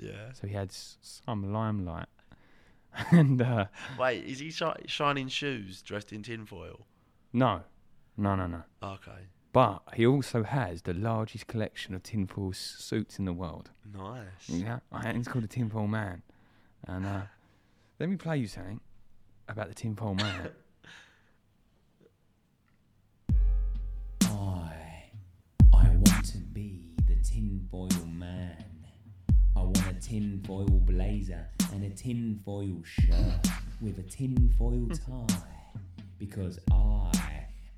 Yeah. So he had s- some limelight, and uh, Wait, is he shi- shining shoes dressed in tinfoil? no, no, no, no. Okay. But he also has the largest collection of tinfoil s- suits in the world. Nice. Yeah, and he's called the Tinfoil Man. And uh, let me play you something about the Tinfoil Man. I, I want to be the tinfoil man. I want a tinfoil blazer and a tinfoil shirt with a tinfoil tie because I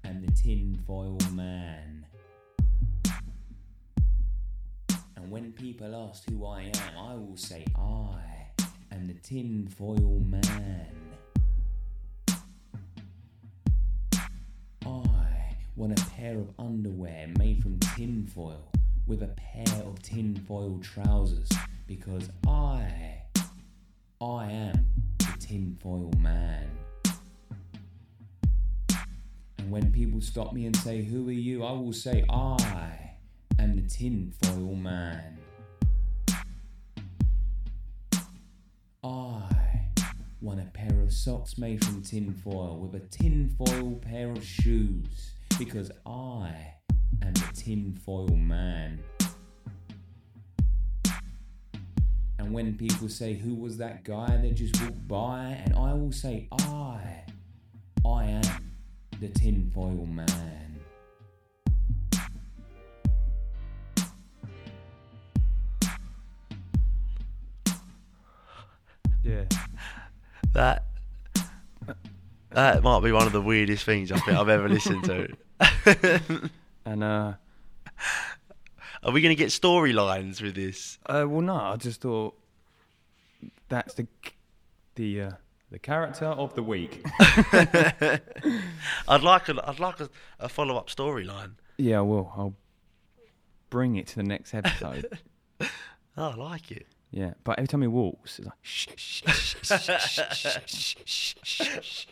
am the tinfoil man. And when people ask who I am, I will say I am the tinfoil man. I want a pair of underwear made from tinfoil with a pair of tinfoil trousers because I, I am the tinfoil man. And when people stop me and say, Who are you? I will say, I am the tinfoil man. I want a pair of socks made from tinfoil with a tinfoil pair of shoes because I am the tinfoil man. And when people say, Who was that guy that just walked by? and I will say, I, I am the tinfoil man. yeah. That that might be one of the weirdest things I think I've ever listened to. And uh, Are we going to get storylines with this? Uh, well, no, I just thought that's the the uh, the character of the week. I'd like a, I'd like a, a follow up storyline. yeah, I will. I'll bring it to the next episode. Oh, I like it. yeah, but every time he walks, it's like shh, shh,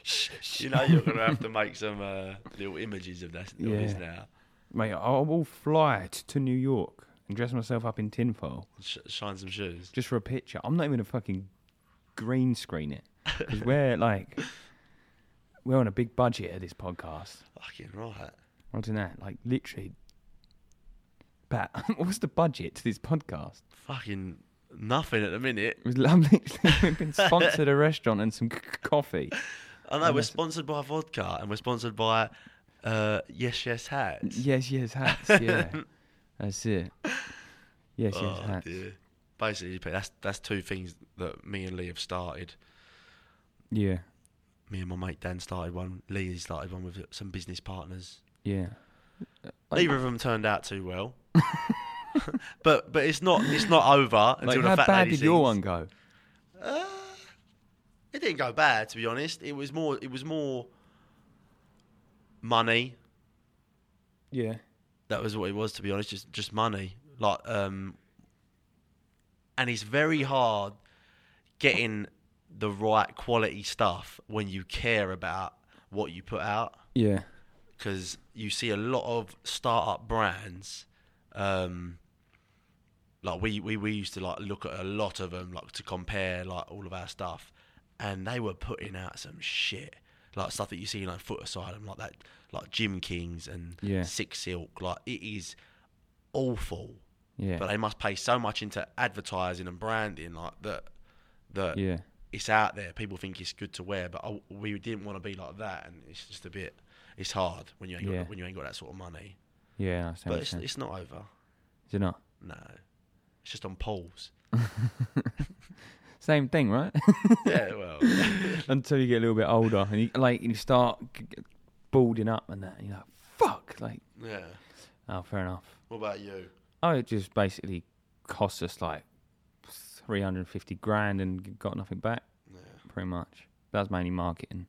shh, You know, you're going to have to make some uh, little images of that of this Yeah. now. mate. I will fly t- to New York and dress myself up in tinfoil Sh- shine some shoes. just for a picture. I'm not even gonna fucking green screen it because we're like we're on a big budget at this podcast. Fucking right. Imagine that, like literally. Pat, what's the budget to this podcast? Fucking nothing at the minute. It was lovely. We've been sponsored a restaurant and some c- c- coffee. I know we're sponsored by vodka and we're sponsored by uh, Yes Yes Hats. Yes, yes, hats. Yeah, that's it. Yes, yes, Oh, hats. dear. Basically, that's that's two things that me and Lee have started. Yeah, Me and my mate Dan started one. Lee started one with some business partners. yeah. Like- Neither of them turned out too well. but but it's not it's not over until Like, the how fat bad lady did your sings. one go? It didn't go bad, to be honest. It was more. It was more money. Yeah, That was what it was, to be honest. Just just money. Like, um, and it's very hard getting the right quality stuff when you care about what you put out yeah, because you see a lot of startup brands. Um, like we, we we used to like look at a lot of them like to compare like all of our stuff, and they were putting out some shit like stuff that you see like Foot Asylum like that like Jim Kings and Yeah. Six Silk like it is awful, yeah, but they must pay so much into advertising and branding like that that yeah. it's out there. People think it's good to wear, but I, we didn't want to be like that, and it's just a bit. It's hard when you ain't Yeah. got, when you ain't got that sort of money. Yeah, I understand. But what it's, you're saying. it's not over. Is it not? No, it's just on poles. Same thing, right? yeah, well, Until you get a little bit older and you, like you start g- g- balding up and that, and you're like, fuck, like, yeah. oh, fair enough. What about you? Oh, it just basically cost us like 350 grand and got nothing back, Yeah. pretty much. That's mainly marketing.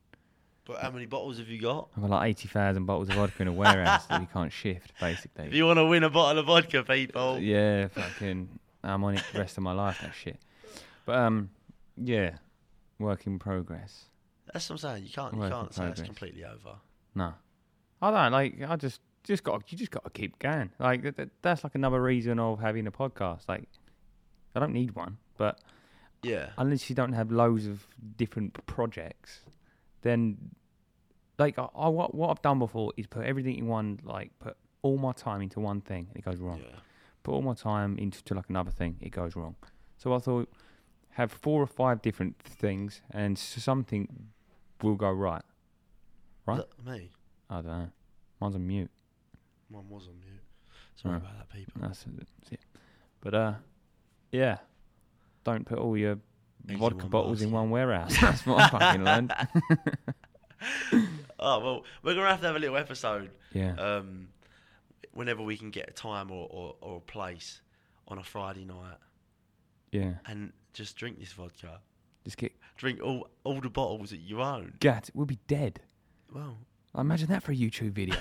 But how many bottles have you got? I've got like 80,000 bottles of vodka in a warehouse that you can't shift, If basically. you want to win a bottle of vodka, people. Yeah, fucking. I'm on it the rest of my life, that shit. But, um, yeah, work in progress. That's what I'm saying. You can't. You Work in can't say it's progress. completely over. No, I don't like. I just just got you just got to keep going. Like th- th- that's like another reason of having a podcast. Like I don't need one, but Yeah. unless you don't have loads of different p- projects, then like I, I what what I've done before is put everything in one. Like put all my time into one thing and it goes wrong. Yeah. Put all my time into to like another thing, it goes wrong. So I thought have four or five different things and s- something will go right. Right? Is that me. I don't know. Mine's on mute. Mine was on mute. Sorry Oh. about that, people. That's, that's it. But uh, yeah, don't put all your Eggs in vodka one bottles in basket. one warehouse. That's what I fucking learned. Oh well, we're gonna have to have a little episode Yeah, um, whenever we can get a time or, or, or a place on a Friday night yeah. and just drink this vodka. Just get Drink all, all the bottles that you own. gat. We'll be dead. Well, Imagine that for a YouTube video.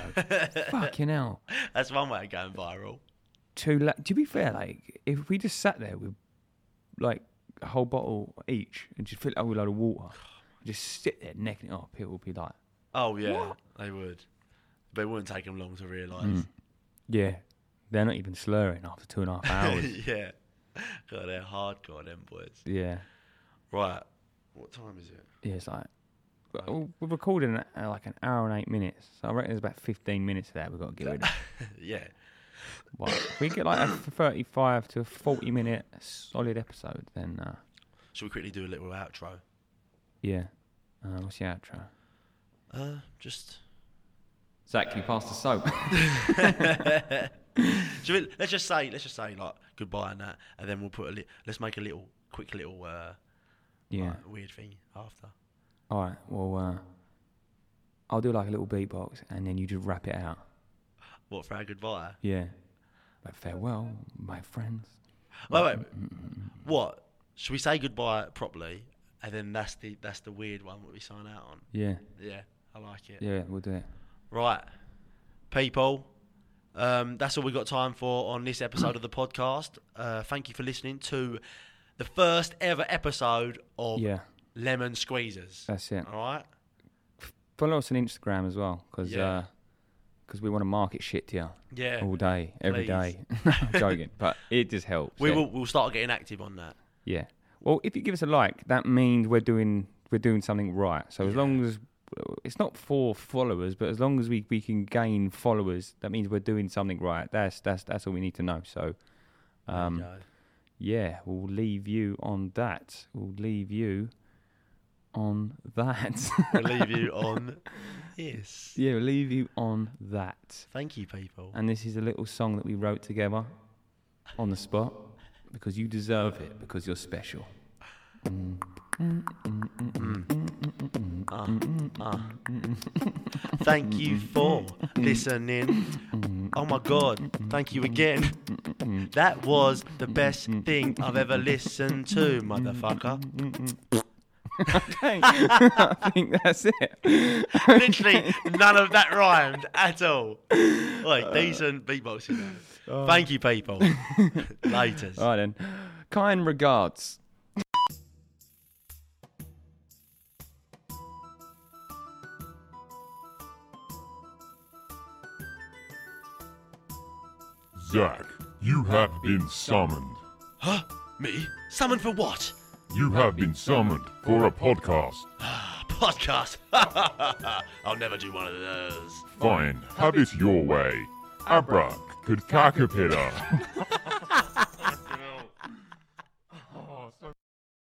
fucking hell. that's one way of going viral. Too la- To be fair, like if we just sat there with like a whole bottle each and just fill it up with a load of water, just sit there necking it up, it will be like, Oh, yeah, they would. But it wouldn't take them long to realise. yeah, they're not even slurring after two and a half hours. yeah. God, they're hardcore, them boys. yeah. Right. What time is it? Yeah, it's like well, we're recording at uh, like an hour and eight minutes. So I reckon there's about fifteen minutes of that we've got to get rid of. yeah. What? we get like a thirty-five to a forty-minute solid episode, then uh, Should we quickly do a little outro? yeah. Uh, what's the outro? Uh, just. Zach, can you pass the soap? Should we, let's just say, let's just say like goodbye and that, and then we'll put a li- let's make a little quick little uh, yeah. like, weird thing after. All right. Well, uh, I'll do like a little beatbox, and then you just wrap it out. What for our goodbye? Yeah. But farewell, my friends. Wait, wait. What? Should we say goodbye properly, and then that's the that's the weird one that we sign out on? Yeah, Yeah, I like it. yeah, we'll do it. Right, people. Um, that's all we got time for on this episode of the podcast. Uh, thank you for listening to the first ever episode of Yeah, Lemon Squeezers. that's it. All right. Follow us on Instagram as well, because Yeah. we want to market shit to you Yeah. all day, every Eh, Please. day. I'm joking, but it just helps. We yeah. will. We'll start getting active on that. Yeah. Well, if you give us a like, that means we're doing we're doing something right. So as long as it's not for followers, but as long as we, we can gain followers, that means we're doing something right. That's that's that's all we need to know. So um, There you go. yeah, we'll leave you on that. We'll leave you on that. we'll leave you on this. yeah, we'll leave you on that. Thank you, people. And this is a little song that we wrote together on the spot because you deserve it because you're special. Thank you for listening. Oh my God. Thank you again. That was the best thing I've ever listened to, motherfucker. Okay. I think that's it. Literally, none of that rhymed at all. Like, decent beatboxing. there. Thank you, people. Laters. All right then. Kind regards. Zach, you have been summoned. Huh? Me? Summoned for what? You have been summoned for a podcast. A podcast. I'll never do one of those. Fine, have it your way. Abra, could caterpillar.